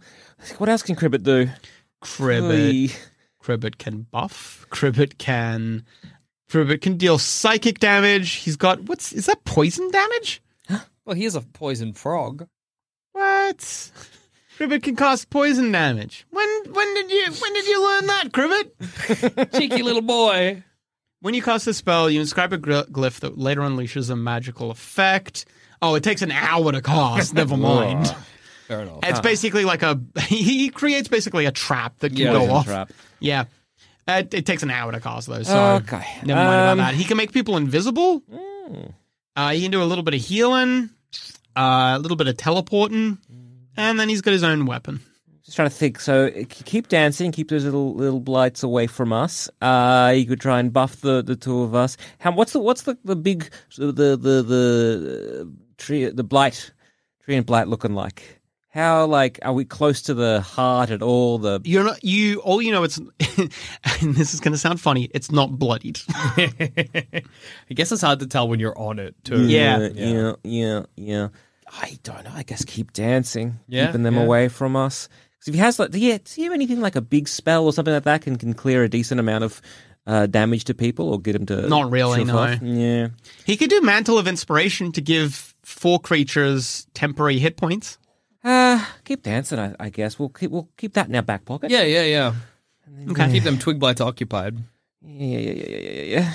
S5: what else can Cribbit do?
S3: Cribbit.
S5: Really?
S3: Cribbit can buff. Cribbit can. Cribbit can deal psychic damage. He's got what's is that poison damage?
S4: Well, here's a poison frog.
S3: What? Cribbit can cause poison damage. When when did you when did you learn that, Cribbit?
S4: Cheeky little boy.
S3: When you cast a spell, you inscribe a gl- glyph that later unleashes a magical effect. Oh, it takes an hour to cast. Never mind.
S4: Fair enough.
S3: It's basically like a he creates basically a trap that can
S4: Yeah,
S3: go
S4: poison
S3: off.
S5: trap.
S3: Yeah, Uh, it, it takes an hour to cast though. So
S5: Okay.
S3: Never mind
S5: Um,
S3: about that. He can make people invisible. Uh, he can do a little bit of healing, uh, a little bit of teleporting, and then he's got his own weapon.
S5: Just trying to think. So uh, k- keep dancing, keep those little little blights away from us. Uh, you could try and buff the, the two of us. How, what's the what's the, the big the the the uh, tree the blight tree and blight looking like? How like are we close to the heart at all? The
S3: You're not you. All you know, it's and this is going to sound funny. It's not bloodied.
S4: I guess it's hard to tell when you're on it too.
S3: Yeah.
S5: uh, yeah, yeah, yeah. I don't know. I guess keep dancing,
S4: Yeah,
S5: keeping them
S4: yeah.
S5: away from us. 'Cause if he has like, yeah, do you have anything like a big spell or something like that can can clear a decent amount of uh, damage to people or get them to?
S3: Not really,
S5: shove
S3: no.
S5: off? Yeah.
S3: He could do Mantle of Inspiration to give four creatures temporary hit points.
S5: Uh, keep dancing. I, I guess we'll keep we'll keep that in our back pocket.
S4: Yeah, yeah, yeah.
S3: Okay.
S4: Keep them twig blights occupied.
S5: Yeah, yeah, yeah, yeah, yeah, yeah.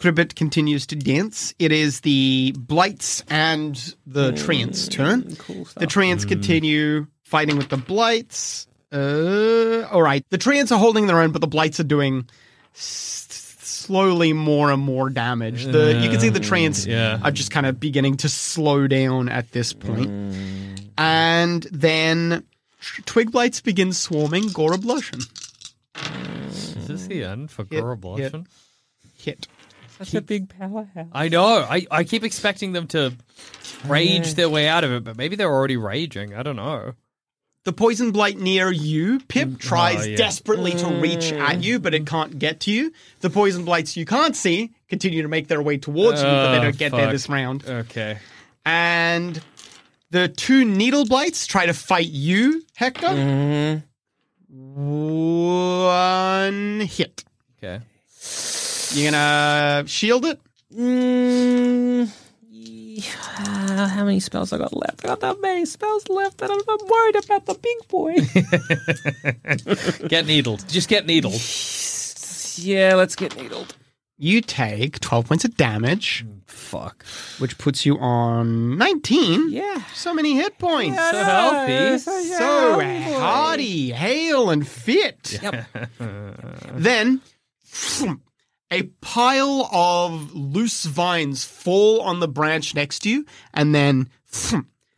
S3: Cribbit continues to dance. It is the Blights and the Treants turn. the Treants continue fighting with the Blights. Uh, all right. The Treants are holding their own, but the Blights are doing s- slowly more and more damage. The You can see the Treants
S4: yeah.
S3: are just kind of beginning to slow down at this point. And then tr- Twig Blights begin swarming Goroblushin.
S4: Is this the end for
S3: Yeah,
S4: Goroblushin?
S3: yeah. Hit.
S5: Such a big powerhouse.
S4: I know. I, I keep expecting them to rage their way out of it, but maybe they're already raging. I don't know.
S3: The poison blight near you, Pip, tries
S4: Mm. Oh, yeah.
S3: desperately to reach at you, but it can't get to you. The poison blights you can't see continue to make their way towards you, but they
S4: Oh,
S3: don't get there
S4: fuck.
S3: this round.
S4: Okay.
S3: And the two needle blights try to fight you, Hector.
S4: Mm-hmm.
S3: One hit.
S4: Okay.
S3: You're gonna shield it.
S5: Mm, yeah, how many spells I got left? I got that many spells left, and I'm I'm worried about the big boy.
S4: Get needled. Just get needled.
S5: yeah, let's get needled.
S3: You take 12 points of damage,
S4: Fuck.
S3: which puts you on 19.
S5: Yeah.
S3: So many hit points.
S4: So healthy.
S3: so hearty, hale, and fit.
S5: Yep.
S3: Then a pile of loose vines fall on the branch next to you, and then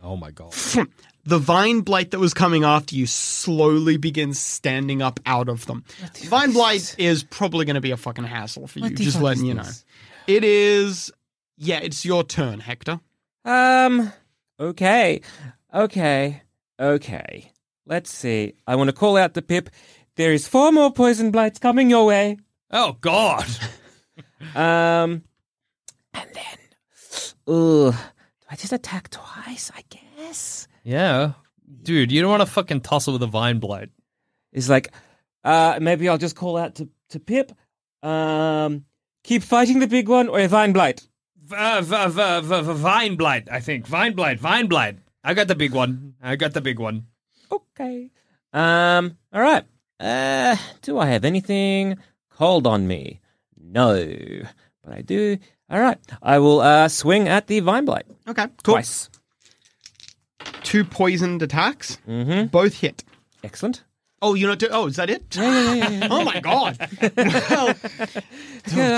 S4: Oh my god.
S3: the vine blight that was coming after you slowly begins standing up out of them. Vine blight is probably going to be a fucking hassle for you, just letting you know. It is. Yeah, it's your turn, Hector.
S5: Um. Okay. Okay. Okay. Let's see. I want to call out to Pip. There is four more poison blights coming your way.
S4: Oh god.
S5: Um. And then, ooh, do I just attack twice? I guess.
S4: Yeah. Dude, you don't want to fucking tussle with a vine blight.
S5: It's like, uh, maybe I'll just call out to to Pip. Um, keep fighting the big one or a vine blight.
S4: Uh, v- v- v- v- vine blight, I think. Vine blight, vine blight. I got the big one. I got the big one.
S5: Okay. Um. All right. Uh, do I have anything cold on me? No, but I do. All right. I will uh swing at the vine blight
S3: Okay, cool.
S5: twice.
S3: Two poisoned attacks, both hit.
S5: Excellent.
S3: Oh, you're not doing. Oh, is that it? oh my god! well,
S5: Yeah, I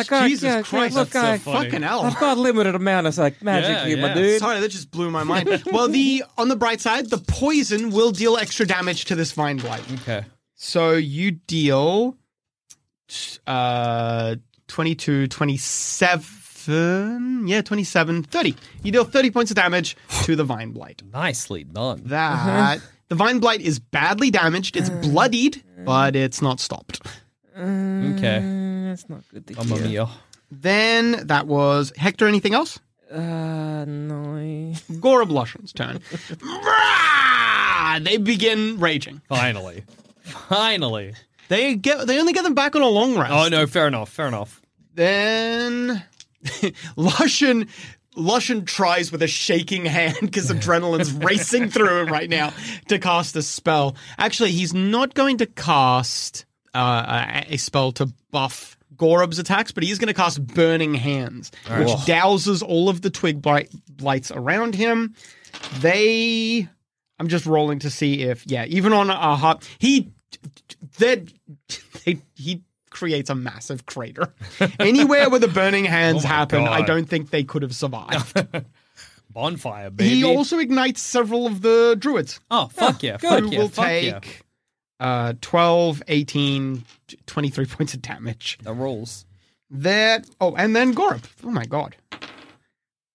S5: got-
S3: Oh, Jesus
S5: yeah, yeah,
S3: Christ!
S5: look,
S3: that's
S5: I-
S3: so fucking hell.
S5: I've got a limited amount of like magic
S4: Yeah,
S5: here, my
S4: yeah.
S5: dude.
S3: Sorry, that just blew my mind. well, the on the bright side, the poison will deal extra damage to this vine blight.
S4: Okay.
S3: So you deal uh 22 27 yeah 27 30 you deal 30 points of damage to the vine blight
S4: Nicely done.
S3: that the vine blight is badly damaged it's bloodied but it's not stopped
S4: Okay.
S5: Mm, That's not good to
S4: Mamma
S5: hear.
S4: mia.
S3: Then that was Hector. Anything else?
S5: Uh, no.
S3: Goroblushin's turn. Rah! they begin raging.
S4: Finally. Finally.
S3: They get. They only get them back on a long rest.
S4: Oh no, fair enough, fair enough.
S3: Then Lushin. Lushin tries with a shaking hand because adrenaline's racing through him right now to cast a spell. Actually, he's not going to cast uh, a a spell to buff Gorob's attacks, but he's going to cast Burning Hands, which douses all of the twig blight, blights around him. They. I'm just rolling to see if, yeah, even on a hot. He. They, they, he creates a massive crater. Anywhere where the burning hands
S4: Oh my
S3: happen, I
S4: God.
S3: don't think they could have survived.
S4: Bonfire, baby.
S3: He also ignites several of the druids.
S4: oh, fuck yeah.
S3: Who
S4: Fuck yeah.
S3: will
S4: Fuck yeah.
S3: take uh, 12, 18, 23 points of damage.
S4: The rules.
S3: That oh, and then Gorob. Oh my god.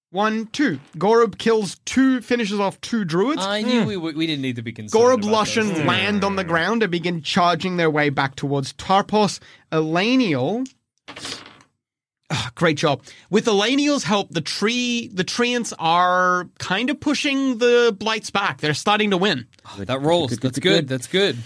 S3: One, two. Gorob kills two, finishes off two druids.
S4: I knew we, we didn't need to be concerned.
S3: Gorob,
S4: about
S3: Lush, and
S4: those.
S3: land on the ground and begin charging their way back towards Tarpos. Elanial. Ah, great job. With Elanial's help, the tree the treants are kind of pushing the blights back. They're starting to win.
S4: That rolls. That's good. That's good.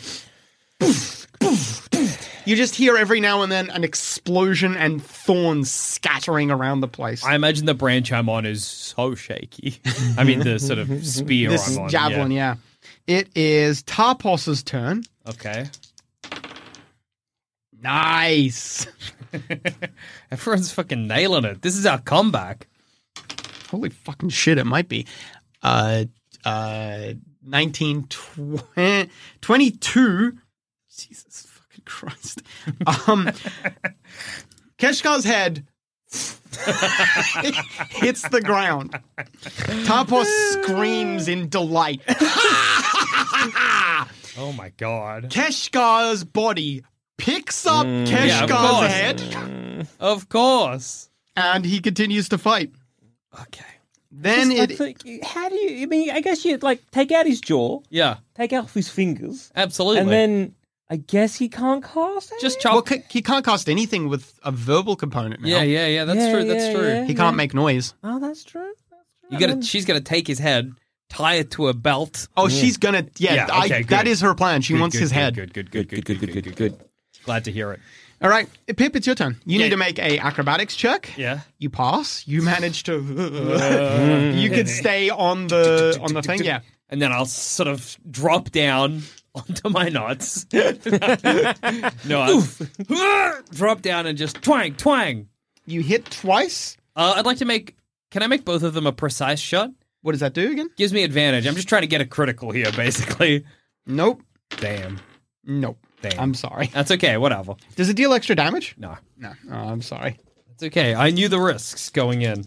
S3: You just hear every now and then an explosion and thorns scattering around the place.
S4: I imagine the branch I'm on is so shaky. I mean, the sort of spear
S3: this
S4: I'm on.
S3: javelin, yeah. It is Tarpos's turn.
S4: Okay.
S3: Nice.
S4: Everyone's fucking nailing it. This is our comeback.
S3: Holy fucking shit, it might be. Uh, uh, 19, tw- 22. Jesus fucking Christ. Um, Keshkar's head hits the ground. Tarpos screams in delight.
S4: Oh my god.
S3: Keshkar's body picks up
S4: Mm, yeah,
S3: Keshkar's
S4: of course.
S3: head
S4: Of course.
S3: and he continues to fight.
S4: Okay.
S3: Then it
S5: It's like, how do you? I mean, I guess you like take out his jaw,
S4: Yeah.
S5: take out his fingers,
S4: Absolutely.
S5: and then I guess he can't cast.
S4: just chop.
S3: well, c- he can't cast anything with a verbal component now.
S4: yeah, yeah, yeah. That's
S5: Yeah,
S4: true. That's
S5: yeah,
S4: true.
S5: yeah.
S3: He can't make noise.
S5: Oh, that's true.
S4: You gotta. She's gotta take his head, tie it to a belt.
S3: Oh, she's gonna. Yeah,
S4: Yeah,
S3: I,
S4: okay,
S3: that
S4: good.
S3: is her plan. She
S4: Good,
S3: wants
S4: good,
S3: his
S4: good,
S3: head.
S4: Good. Good. Good. Good. Good. Good. Good. Good. Glad to hear it.
S3: All right, Pip, it's your turn. You
S4: Yeah.
S3: need to make a acrobatics check.
S4: Yeah.
S3: You pass. You manage to. you could stay on the on the thing. Yeah.
S4: And then I'll sort of drop down onto my knots. no, I'll drop down and just twang, twang.
S3: You hit twice.
S4: Uh, I'd like to make. Can I make both of them a precise shot?
S3: What does that do again?
S4: Gives me advantage. I'm just trying to get a critical here, basically.
S3: Nope.
S4: Damn.
S3: Nope.
S4: Damn.
S3: I'm sorry.
S4: That's okay. Whatever.
S3: Does it deal extra damage?
S4: No,
S3: No. Oh, I'm sorry.
S4: that's okay. I knew the risks going in.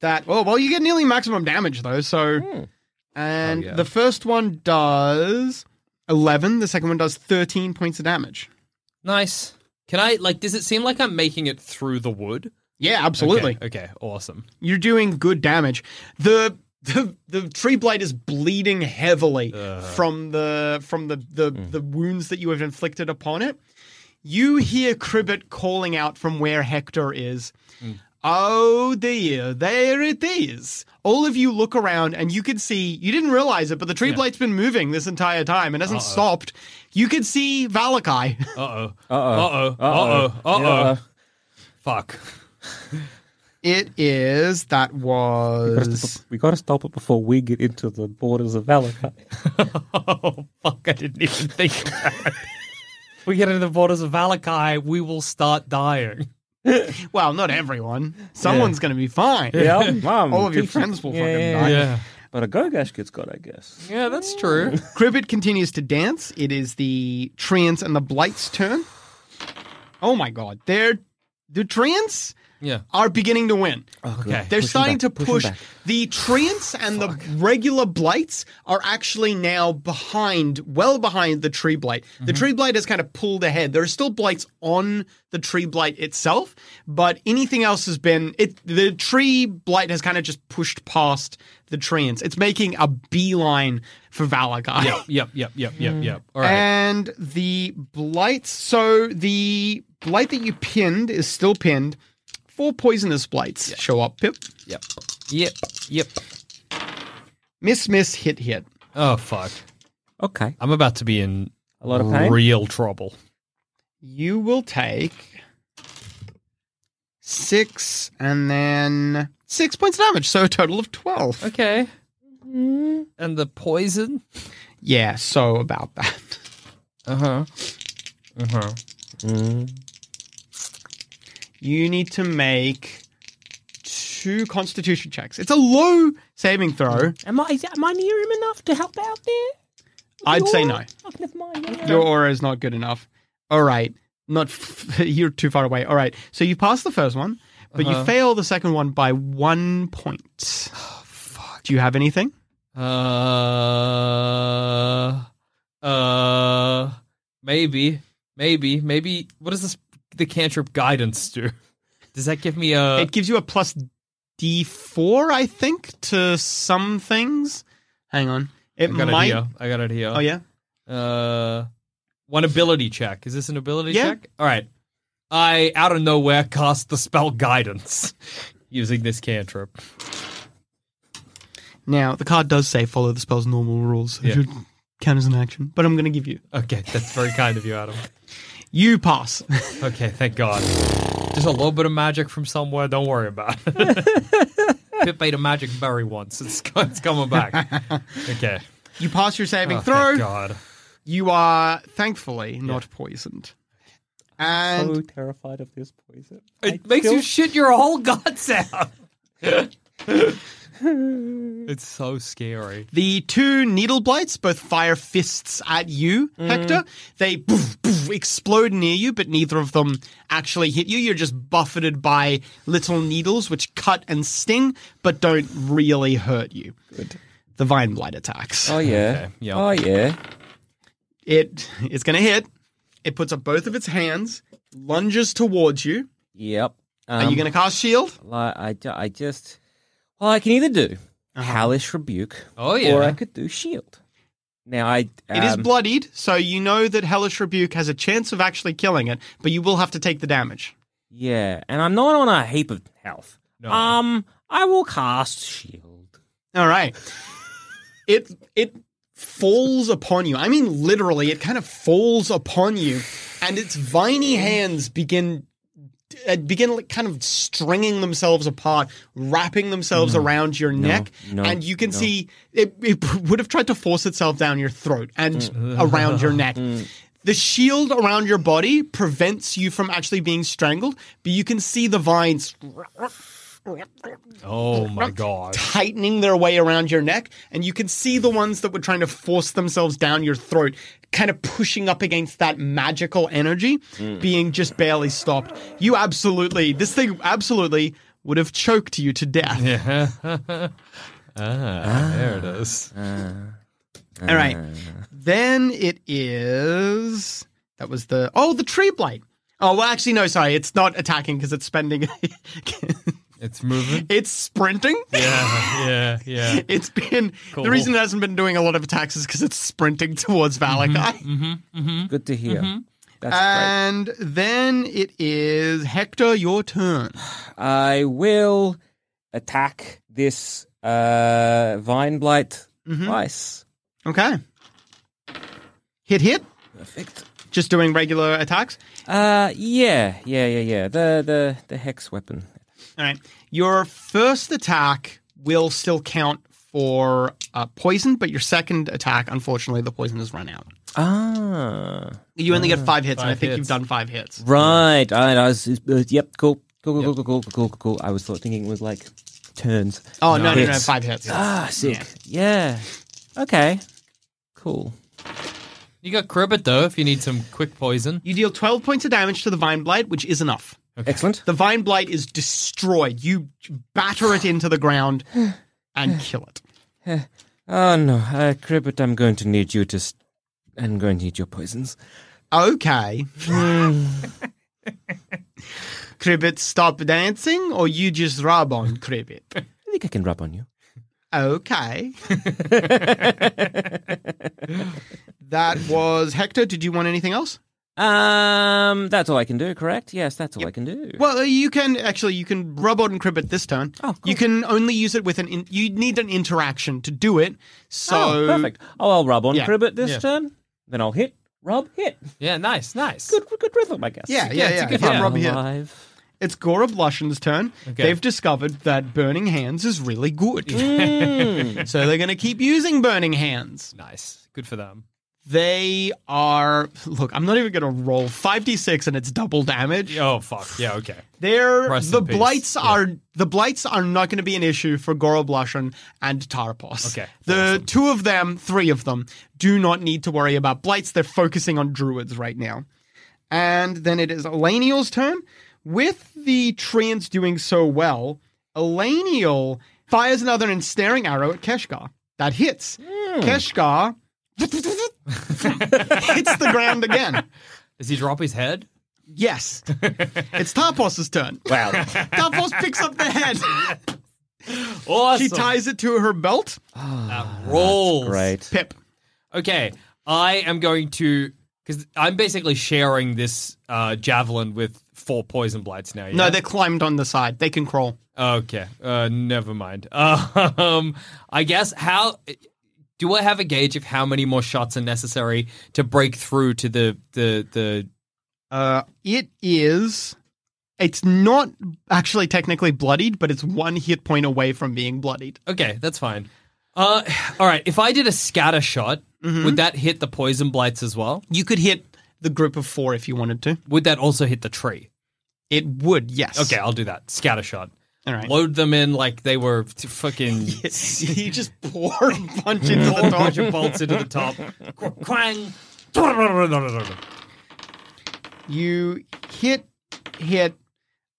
S3: That. Oh well, you get nearly maximum damage though. So, and
S4: Hmm. Oh, yeah.
S3: the first one does eleven. The second one does thirteen points of damage.
S4: Nice. Can I like? Does it seem like I'm making it through the wood?
S3: Yeah, absolutely.
S4: Okay. okay, Awesome.
S3: You're doing good damage. The the the tree blade is bleeding heavily from the from the the, the wounds that you have inflicted upon it. You hear Cribbit calling out from where Hector is. Oh dear, there it is. All of you look around and you can see, you didn't realize it, but the tree blade's been moving this entire time and hasn't stopped. You could see Valakai.
S4: Uh oh. Uh oh. Uh oh. Uh
S5: Yeah.
S4: oh. Fuck.
S3: It is, that was.
S5: We gotta stop it before we get into the borders of Valakai.
S4: Oh fuck! I didn't even think. That. we get into the borders of Valakai, we will start dying.
S3: Well, not everyone. Someone's going to be fine.
S5: yeah, mom,
S3: All of your
S5: teach-
S3: friends will
S5: yeah,
S3: fucking
S5: yeah,
S3: die.
S5: yeah.
S4: Yeah.
S5: But a Gogash gets got, I guess.
S4: Yeah, that's true.
S3: Cribbit continues to dance. It is the Treants and the Blight's turn. Oh my god. They're the Treants
S4: Yeah.
S3: are beginning to win.
S4: Okay.
S3: They're starting
S5: back,
S3: to
S5: Oh, push 'em
S3: push.
S5: back.
S3: The Treants and the regular Blights are actually now behind, well behind the Tree Blight. The Tree Blight has kind of pulled ahead. There are still Blights on the Tree Blight itself, but anything else has been. It, the Tree Blight has kind of just pushed past the Treants. It's making a beeline for Valakai.
S4: Yep. Yep. Yep. Yep. Yep. Yep. All right.
S3: And the blight. So the blight that you pinned is still pinned. Four poisonous blights show up. Pip.
S4: Yep. Yep. Yep.
S3: Miss, miss, hit, hit.
S4: Oh fuck!
S5: Okay,
S4: I'm about to be in
S5: a lot of pain.
S4: real trouble.
S3: You will take six and then six points of damage. So a total of 12.
S4: Okay. And the poison.
S3: Yeah, so about that.
S4: Uh huh. Uh huh.
S3: You need to make two constitution checks. It's a low saving throw.
S5: Am I? Is, am I near him enough to help out there?
S3: I'd say no.
S5: Oh, never mind. yeah.
S3: Your aura is not good enough. All right. Not f- you're too far away. All right. So you pass the first one, but you fail the second one by one point. Do you have anything?
S4: Uh, uh, maybe, maybe, maybe. What does this the cantrip guidance do? Does that give me a?
S3: it gives you a plus D4, I think, to some things. Hang on. It
S4: I got
S3: might.
S4: it here. I got it here.
S3: Oh, yeah.
S4: Uh, one ability check. Is this an ability
S3: Yeah.
S4: check? All right. I out of nowhere cast the spell guidance using this cantrip.
S3: Now, the card does say follow the spell's normal rules. so It
S4: Yeah.
S3: should count as an action, but I'm going to give you.
S4: Okay, that's very kind of you, Adam.
S3: You pass.
S4: Okay, thank God. Just a little bit of magic from somewhere. Don't worry about it. Pip ate a magic berry once. It's, it's coming back. Okay.
S3: you pass your saving
S4: Oh,
S3: throw.
S4: Thank God.
S3: You are thankfully not poisoned. And
S5: so terrified of this poison.
S4: It makes you shit your whole guts out. it's so scary.
S3: the two needle blights both fire fists at you, Hector. They poof, poof, explode near you, but neither of them actually hit you. You're just buffeted by little needles which cut and sting, but don't really hurt you. Good. The vine blight attacks.
S5: Oh yeah.
S4: Okay, yeah.
S5: Oh yeah.
S3: It it's going to hit. It puts up both of its hands, lunges towards you.
S5: Yep. Um,
S3: Are you going to cast shield?
S5: Like, I, ju- I just. Well, I can either do hellish rebuke.
S4: Oh, yeah.
S5: Or I could do shield. Now I.
S3: It is
S5: um,
S3: bloodied, so you know that Hellish Rebuke has a chance of actually killing it, but you will have to take the damage.
S5: Yeah, and I'm not on a heap of health. Um, I will cast shield.
S3: All right. it it falls upon you. I mean literally, it kind of falls upon you and its viney hands begin uh, begin like kind of stringing themselves apart, wrapping themselves around your neck,
S5: no,
S3: and you can
S5: no.
S3: see it, it would have tried to force itself down your throat and
S5: Mm.
S3: around your neck. The shield around your body prevents you from actually being strangled, but you can see the vines
S4: Oh my God.
S3: tightening their way around your neck, and you can see the ones that were trying to force themselves down your throat, kind of pushing up against that magical energy, being just barely stopped. You absolutely, this thing absolutely would have choked you to death.
S4: Ah, there it is.
S3: All right. Then it is. That was the. Oh, the tree blight. Oh, well, actually, no, sorry. It's not attacking because it's spending.
S4: It's moving.
S3: it's sprinting.
S4: Yeah, yeah, yeah.
S3: It's been the reason it hasn't been doing a lot of attacks is because it's sprinting towards Valakai.
S5: Good to hear.
S3: Uh,
S5: That's great.
S3: And then it is Hector, your turn.
S5: I will attack this uh vine blight twice.
S3: Okay. Hit, hit.
S5: Perfect.
S3: Just doing regular attacks.
S5: Uh, yeah, yeah, yeah, yeah. The the the hex weapon.
S3: All right. Your first attack will still count for uh, poison, but your second attack, unfortunately, the poison has run out.
S5: Ah,
S3: You only get five hits, and I
S4: Five
S3: think
S4: hits.
S3: you've done five hits.
S5: right. I, I was. Uh, yep. Cool. Cool. Cool. Cool. Cool. Cool. Cool. Cool. I was sort of thinking it was like turns.
S3: Oh, no, no, no,
S5: Hits.
S3: five hits.
S5: Ah, sick. Yeah. Okay. Cool.
S4: You got Cribbit, though, if you need some quick poison.
S3: You deal 12 points of damage to the Vine Blight, which is enough.
S5: Excellent.
S3: The Vine Blight is destroyed. You batter it into the ground and kill it.
S5: Oh no, uh, Cribbit, I'm going to need you to. s i I'm going to need your poisons.
S3: Okay. Cribbit, stop dancing, or you just rub on Cribbit.
S5: I think I can rub on you.
S3: Okay. that was Hector. Did you want anything else?
S5: Um, that's all I can do. Correct? Yes, that's all I can do.
S3: Well, uh, you can actually you can rub on Cribbit this turn.
S5: Oh, cool.
S3: You can only use it with an. In, you need an interaction to do it. So
S5: oh, perfect. Oh, I'll rub on
S3: Yeah.
S5: Cribbit this
S4: Yeah.
S5: turn. Then I'll hit, rub, hit.
S4: Yeah, nice, nice.
S5: Good, good rhythm, I guess.
S3: Yeah, yeah,
S4: it's a
S3: yeah.
S4: good
S3: If I'm
S4: hit.
S3: rubbing it-
S5: Alive.
S3: It's Gora Blushin's turn.
S4: Okay.
S3: They've discovered that Burning Hands is really good. so they're going to keep using Burning Hands.
S4: Nice. Good for them.
S3: They are. Look, I'm not even going to roll 5d6 and it's double damage.
S4: Oh, fuck. Yeah, okay.
S3: They're,
S4: Rest
S3: the
S4: in peace.
S3: blights
S4: Yeah.
S3: are the blights are not going to be an issue for Goro Blushin and Tarpos.
S4: Okay,
S3: The two of them, three of them, do not need to worry about blights. They're focusing on druids right now. And then it is Elanial's turn, With the treants doing so well, Elanial fires another ensnaring arrow at Keshgar. That hits.
S4: Hmm.
S3: Keshgar hits the ground again.
S4: Does he drop his head?
S3: Yes. It's Tarpos's turn.
S5: Wow.
S3: Tarpos picks up the head.
S4: Awesome.
S3: She ties it to her belt.
S4: rolls.
S5: Right.
S3: Pip.
S4: Okay, I am going to because I'm basically sharing this uh, javelin with four poison blights now. Yeah?
S3: No, they climbed on the side. They can crawl.
S4: okay. Uh, never mind. Um, I guess how do I have a gauge of how many more shots are necessary to break through to the the the?
S3: Uh, it is. It's not actually technically bloodied, but it's one hit point away from being bloodied.
S4: Okay, that's fine. Uh, all right. If I did a scatter shot,
S3: Mm-hmm.
S4: would that hit the poison blights as well?
S3: You could hit the group of four if you wanted to.
S4: Would that also hit the tree?
S3: It would, yes.
S4: Okay, I'll do that. Scatter shot.
S3: All right.
S4: Load them in like they were t- fucking
S3: you just pour a bunch into the
S4: Or dodge
S3: dodge.
S4: a bolt into the top. Qu- Quang.
S3: You hit, hit.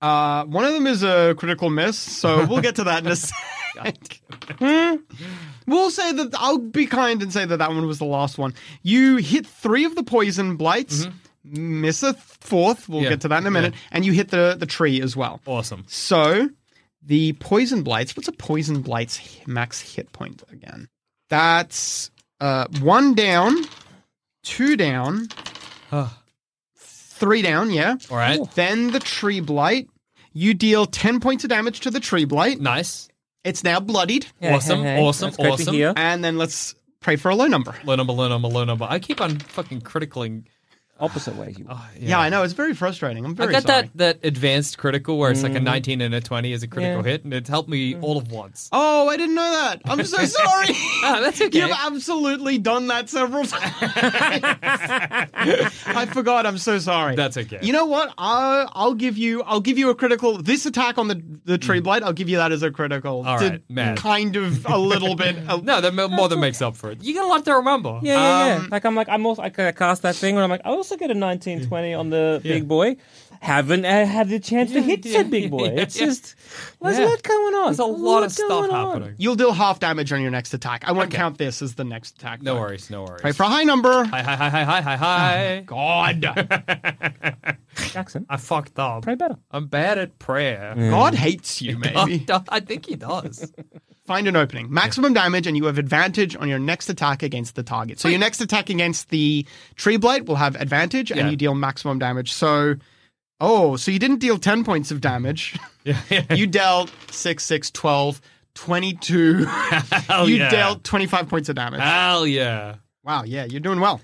S3: Uh, one of them is a critical miss, so we'll get to that in a sec. Hmm? We'll say that I'll be kind and say that that one was the last one. You hit three of the poison blights, miss a th- fourth. We'll
S4: Mm-hmm. Yeah.
S3: get to that in a minute, and you hit the the tree as well.
S4: Awesome.
S3: So the poison blights. What's a poison blight's h- max hit point again? That's uh, one down, two down, three down. Yeah.
S4: All right.
S3: Then the tree blight. You deal ten points of damage to the tree blight.
S4: Nice.
S3: It's now bloodied.
S4: Awesome. Awesome.
S5: That's great to
S4: awesome.
S5: hear.
S3: And then let's pray for a low number.
S4: Low number, low number, low number. I keep on fucking criticaling.
S5: Opposite way. You.
S4: Oh,
S3: Yeah, I know. It's very frustrating. I'm
S4: I
S3: very
S4: got
S3: sorry.
S4: that, that advanced critical where it's like a 19 and a 20 is a critical hit, and it's helped me all of once.
S3: Oh, I didn't know that. I'm so sorry.
S4: Ah, that's okay.
S3: You've absolutely done that several times. I forgot. I'm so sorry.
S4: That's okay.
S3: You know what? I'll, I'll give you. I'll give you a critical. This attack on the the tree blight. I'll give you that as a critical.
S4: Mm. All
S3: To
S4: right, man.
S3: Kind of a little bit.
S4: No, that mo- more than makes up for it. You got a lot to remember.
S5: Yeah, yeah, yeah.
S4: um,
S5: like I'm like I'm also I kinda cast that thing, and I'm like I also get a 1920 on the big boy. Haven't uh, had the chance to hit said big boy. It's
S4: yeah.
S5: just there's
S4: Yeah.
S5: a lot going on.
S4: There's a lot of stuff
S5: going on.
S4: happening.
S3: You'll deal half damage on your next attack. I won't count this as the next attack.
S4: No
S3: though.
S4: worries. No worries.
S3: Pray for a high number.
S4: Hi, hi, hi, hi, hi, hi, hi.
S3: God.
S5: Jackson,
S4: I fucked up.
S5: pray better.
S4: I'm bad at prayer.
S3: God hates
S4: Oh,
S3: you, maybe.
S4: God, I think he does.
S3: Find an opening. Maximum damage, and you have advantage on your next attack against the target. So your next attack against the tree blight will have advantage,
S4: Yeah.
S3: and you deal maximum damage. So, oh, so you didn't deal 10 points of damage. you dealt 6, 6, 12, 22. you
S4: yeah.
S3: dealt 25 points of damage.
S4: Hell yeah.
S3: wow, yeah, you're doing well.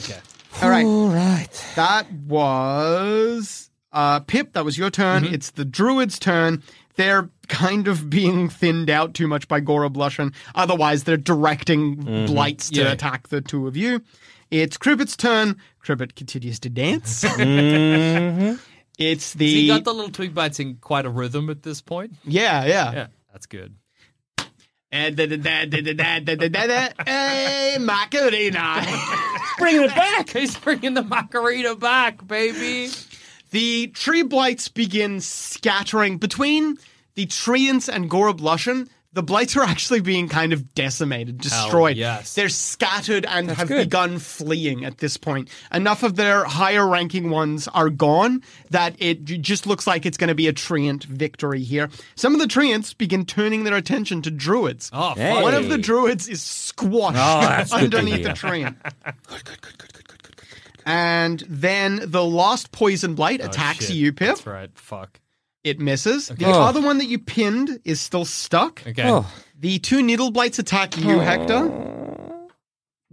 S4: Okay.
S3: All right,
S5: All right.
S3: that was uh, Pip. That was your turn.
S4: Mm-hmm.
S3: It's the druid's turn. They're kind of being thinned out too much by Gora Blushin. Otherwise, they're directing blights to
S4: Mm-hmm. Yeah.
S3: attack the two of you. It's Cribbit's turn. Cribbit continues to dance.
S4: Mm-hmm.
S3: It's the,
S4: So you got the little twig bites in quite a rhythm at this point.
S3: yeah, yeah.
S4: Yeah, that's good.
S3: And da- da- da- da- da- da- da- da- da- Hey, Macarena.
S5: Bringing it back.
S4: He's bringing the macarena back, baby.
S3: The tree blights begin scattering between the treants and Gorob Lushan. The blights are actually being kind of decimated, destroyed.
S4: yes.
S3: They're scattered and have
S5: good.
S3: begun fleeing at this point. Enough of their higher ranking ones are gone that it j- just looks like it's going to be a treant victory here. Some of the treants begin turning their attention to druids.
S4: Oh,
S5: Hey.
S4: fuck.
S3: One of the druids is squashed
S5: Oh, that's good to
S3: underneath the
S5: hear.
S3: train. And then the last poison blight attacks
S4: Oh, shit.
S3: you, Pip.
S4: That's right. Fuck.
S3: It misses. The
S5: Oh.
S3: other one that you pinned is still stuck.
S4: Okay.
S5: Oh,
S3: The two needle blights attack you, Hector.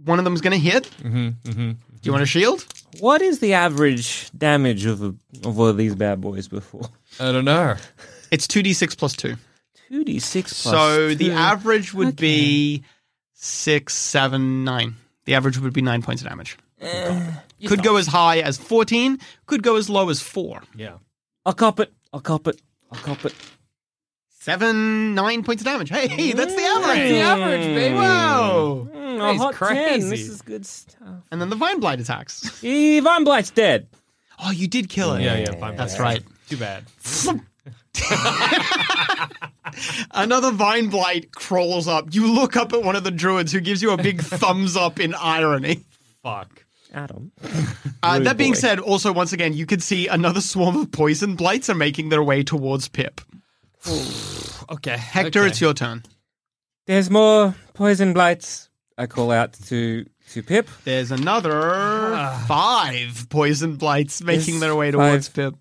S3: One of them's going to hit. Mm-hmm, mm-hmm. Do you want a shield?
S5: what is the average damage of a, of one of these bad boys before?
S4: I don't know.
S3: It's 2d6 plus 2.
S5: Two d six plus.
S3: so the
S5: two.
S3: average would be six, seven, nine. The average would be nine points of damage. could go as high as 14, could go as low as 4.
S4: Yeah.
S5: I'll cop it. I'll cop it. I'll cop it.
S3: 7, 9 points of damage. Hey, hey, that's the average.
S4: The average,
S3: Hmm.
S4: baby.
S3: Wow.
S5: Mm, a
S4: He's
S5: hot ten. This
S4: crazy.
S5: is good stuff.
S3: And then the Vine Blight attacks.
S5: Yvonne Blight's dead.
S3: Oh, you did kill it.
S4: Yeah, yeah, Vine Blight.
S3: That's right.
S4: Too bad.
S3: Another vine blight crawls up. You look up at one of the druids who gives you a big thumbs up in irony.
S4: Fuck.
S5: Adam.
S3: Uh,
S5: Rude
S3: that being
S5: boy.
S3: said, also once again, you can see another swarm of poison blights are making their way towards Pip.
S4: Okay.
S3: Hector,
S4: okay.
S3: it's your turn.
S5: There's more poison blights. I call out to to Pip.
S3: There's another
S4: Ah.
S3: five poison blights making
S5: There's
S3: their way towards
S5: five.
S3: Pip.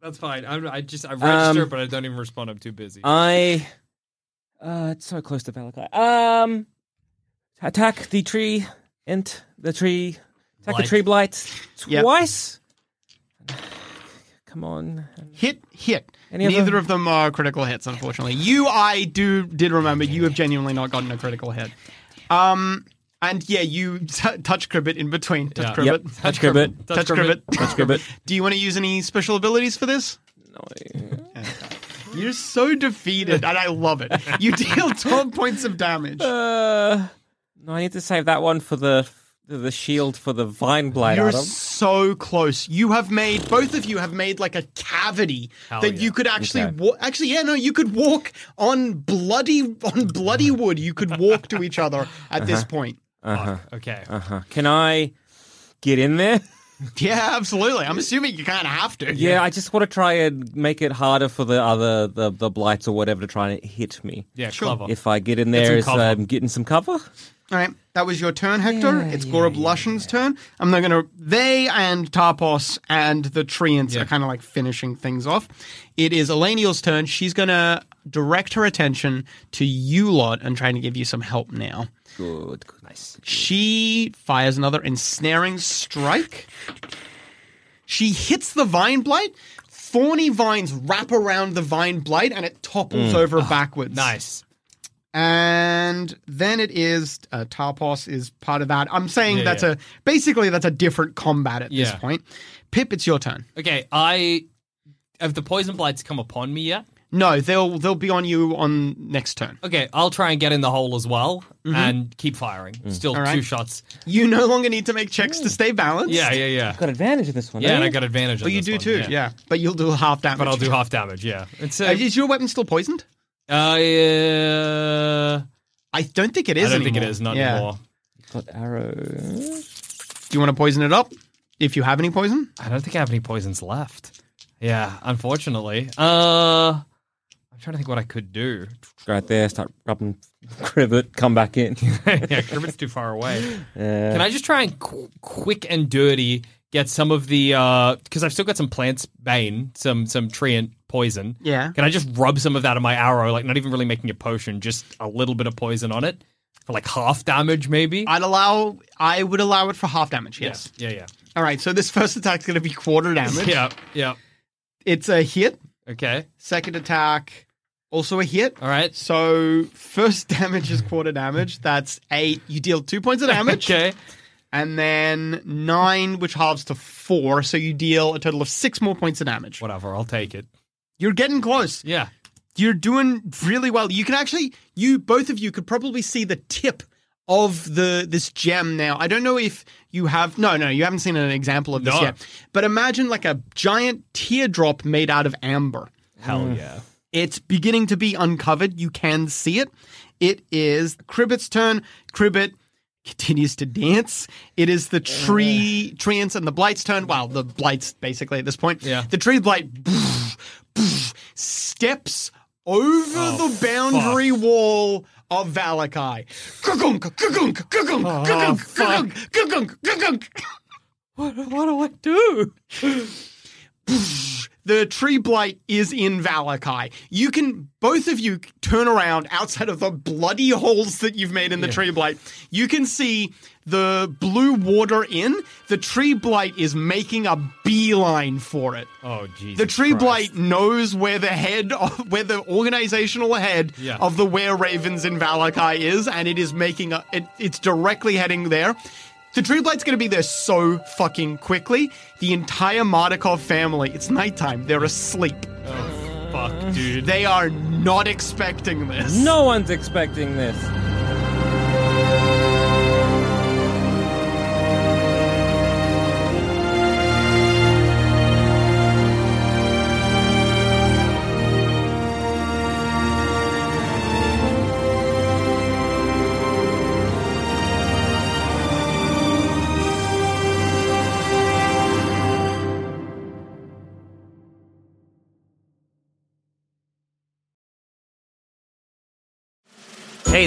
S4: That's fine. I'm, I just I register,
S5: Um,
S4: but I don't even respond. I'm too busy.
S5: I. Uh, it's so close to Valakai. Um, attack the tree, int the tree, attack
S4: Blight.
S5: the tree blight
S3: Yep.
S5: twice. Come on,
S3: Hit, hit.
S5: Any of
S3: Neither
S5: them?
S3: of them are critical hits, unfortunately. You, I do did remember you have genuinely not gotten a critical hit. Um, and yeah, you t- touch Cribbit in between. Touch
S4: Yeah.
S3: Cribbit.
S5: Yep. Touch Cribbit.
S3: Touch Cribbit.
S4: Cribbit.
S5: touch Gribbit.
S3: Do you want to use any special abilities for this?
S5: No.
S3: You're so defeated, and I love it. You deal 12 points of damage.
S5: Uh, no, I need to save that one for the the shield for the vine blight.
S3: You're
S5: Adam.
S3: so close. You have made both of you have made like a cavity that you could actually
S5: Okay.
S3: wa- actually yeah no you could walk on bloody on bloody wood. You could walk to each other at this point.
S4: okay.
S5: Uh-huh. Can I get in there?
S3: Yeah, absolutely. I'm assuming you kind of have to.
S5: Yeah, I just want to try and make it harder for the other the, the blights or whatever to try and hit me.
S4: Yeah, clever.
S5: If I get in
S4: Get
S5: there,
S4: some
S5: is
S4: cover.
S5: um, getting some cover.
S3: All right, that was your turn, Hector. it's Gorab Lushan's turn. I'm not going to. They and Tarpos and the Treants
S4: Yeah.
S3: are kind of like finishing things off. It is Elenial's turn. She's going to direct her attention to you lot and trying to give you some help now.
S5: Good, good, nice.
S3: She fires another ensnaring strike. She hits the vine blight. Thorny vines wrap around the vine blight and it topples over backwards.
S4: Mm. Oh, Nice.
S3: And then it is uh, Tarpos is part of that. I'm saying
S4: Yeah,
S3: that's
S4: yeah.
S3: a basically that's a different combat at
S4: Yeah.
S3: this point. Pip, it's your turn.
S4: Okay. I have the poison blights come upon me yet?
S3: No, they'll they'll be on you on next turn.
S4: Okay, I'll try and get in the hole as well and keep firing. Still
S3: Mm-hmm. Mm. All right.
S4: two shots.
S3: You no longer need to make checks to stay balanced.
S4: Yeah, yeah, yeah.
S5: Got advantage in this one. eh?
S4: Yeah,
S5: don't
S4: and I
S5: you?
S4: got advantage.
S3: But Oh, you do too. Yeah. but you'll do half damage.
S4: But I'll do half damage. Yeah. It's
S3: Uh,
S4: a,
S3: is your weapon still poisoned?
S4: uh, yeah.
S3: I don't think it
S4: I
S3: is.
S4: don't think it
S3: anymore.
S4: is. Not
S3: Yeah.
S4: anymore.
S5: Got arrow.
S3: Do you want to poison it up? If you have any poison,
S4: I don't think I have any poisons left. Yeah, unfortunately. Uh, I'm trying to think what I could do.
S5: Go out there, start rubbing cribbit, come back in.
S4: yeah, Cribbit's too far away. Can I just try and qu- quick and dirty get some of the because I've still got some plants bane, some some treant poison.
S3: Yeah.
S4: Can I just rub some of that on my arrow? Like not even really making a potion, just a little bit of poison on it for like half damage, maybe.
S3: I'd allow. I would allow it for half damage.
S4: Yeah,
S3: Yes.
S4: Yeah, yeah,
S3: All right. So this first attack's going to be quarter damage.
S4: yeah, yeah.
S3: It's a hit.
S4: Okay.
S3: Second attack, also a hit.
S4: All right.
S3: So first damage is quarter damage. That's eight. You deal two points of damage.
S4: Okay.
S3: And then nine, which halves to four. So you deal a total of six more points of damage.
S4: Whatever. I'll take it.
S3: You're getting close.
S4: Yeah.
S3: You're doing really well. You can actually, you both of you could probably see the tip of the this gem now. I don't know if you have no, no, you haven't seen an example of this
S4: No.
S3: yet. But imagine like a giant teardrop made out of amber.
S4: Hell yeah.
S3: It's beginning to be uncovered. You can see it. It is Cribbit's turn. Cribbit continues to dance. It is the tree treants and the blight's turn. Well, the blight's basically at this point.
S4: Yeah.
S3: The tree blight steps over the boundary wall of Valakai. Kugunk, kugunk, kugunk, kugunk, kugunk, kugunk, kugunk.
S4: What, what do I do?
S3: the tree blight is in Valakai. You can both of you turn around outside of the bloody holes that you've made in the tree blight. You can see the blue water in. The tree blight is making a beeline for it.
S4: Oh Jesus.
S3: The tree
S4: Christ.
S3: blight knows where the head, of, where the organizational head
S4: Yeah.
S3: of the Were Ravens in Valakai is, and it is making a. It, it's directly heading there. The tree blight's going to be there so fucking quickly. The entire Mardikov family. It's nighttime. They're asleep.
S4: Oh, fuck, dude.
S3: They are not expecting this.
S5: No one's expecting this. Hey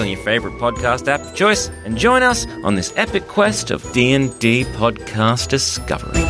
S5: on your favorite podcast app of choice and join us on this epic quest of D&D podcast discovery.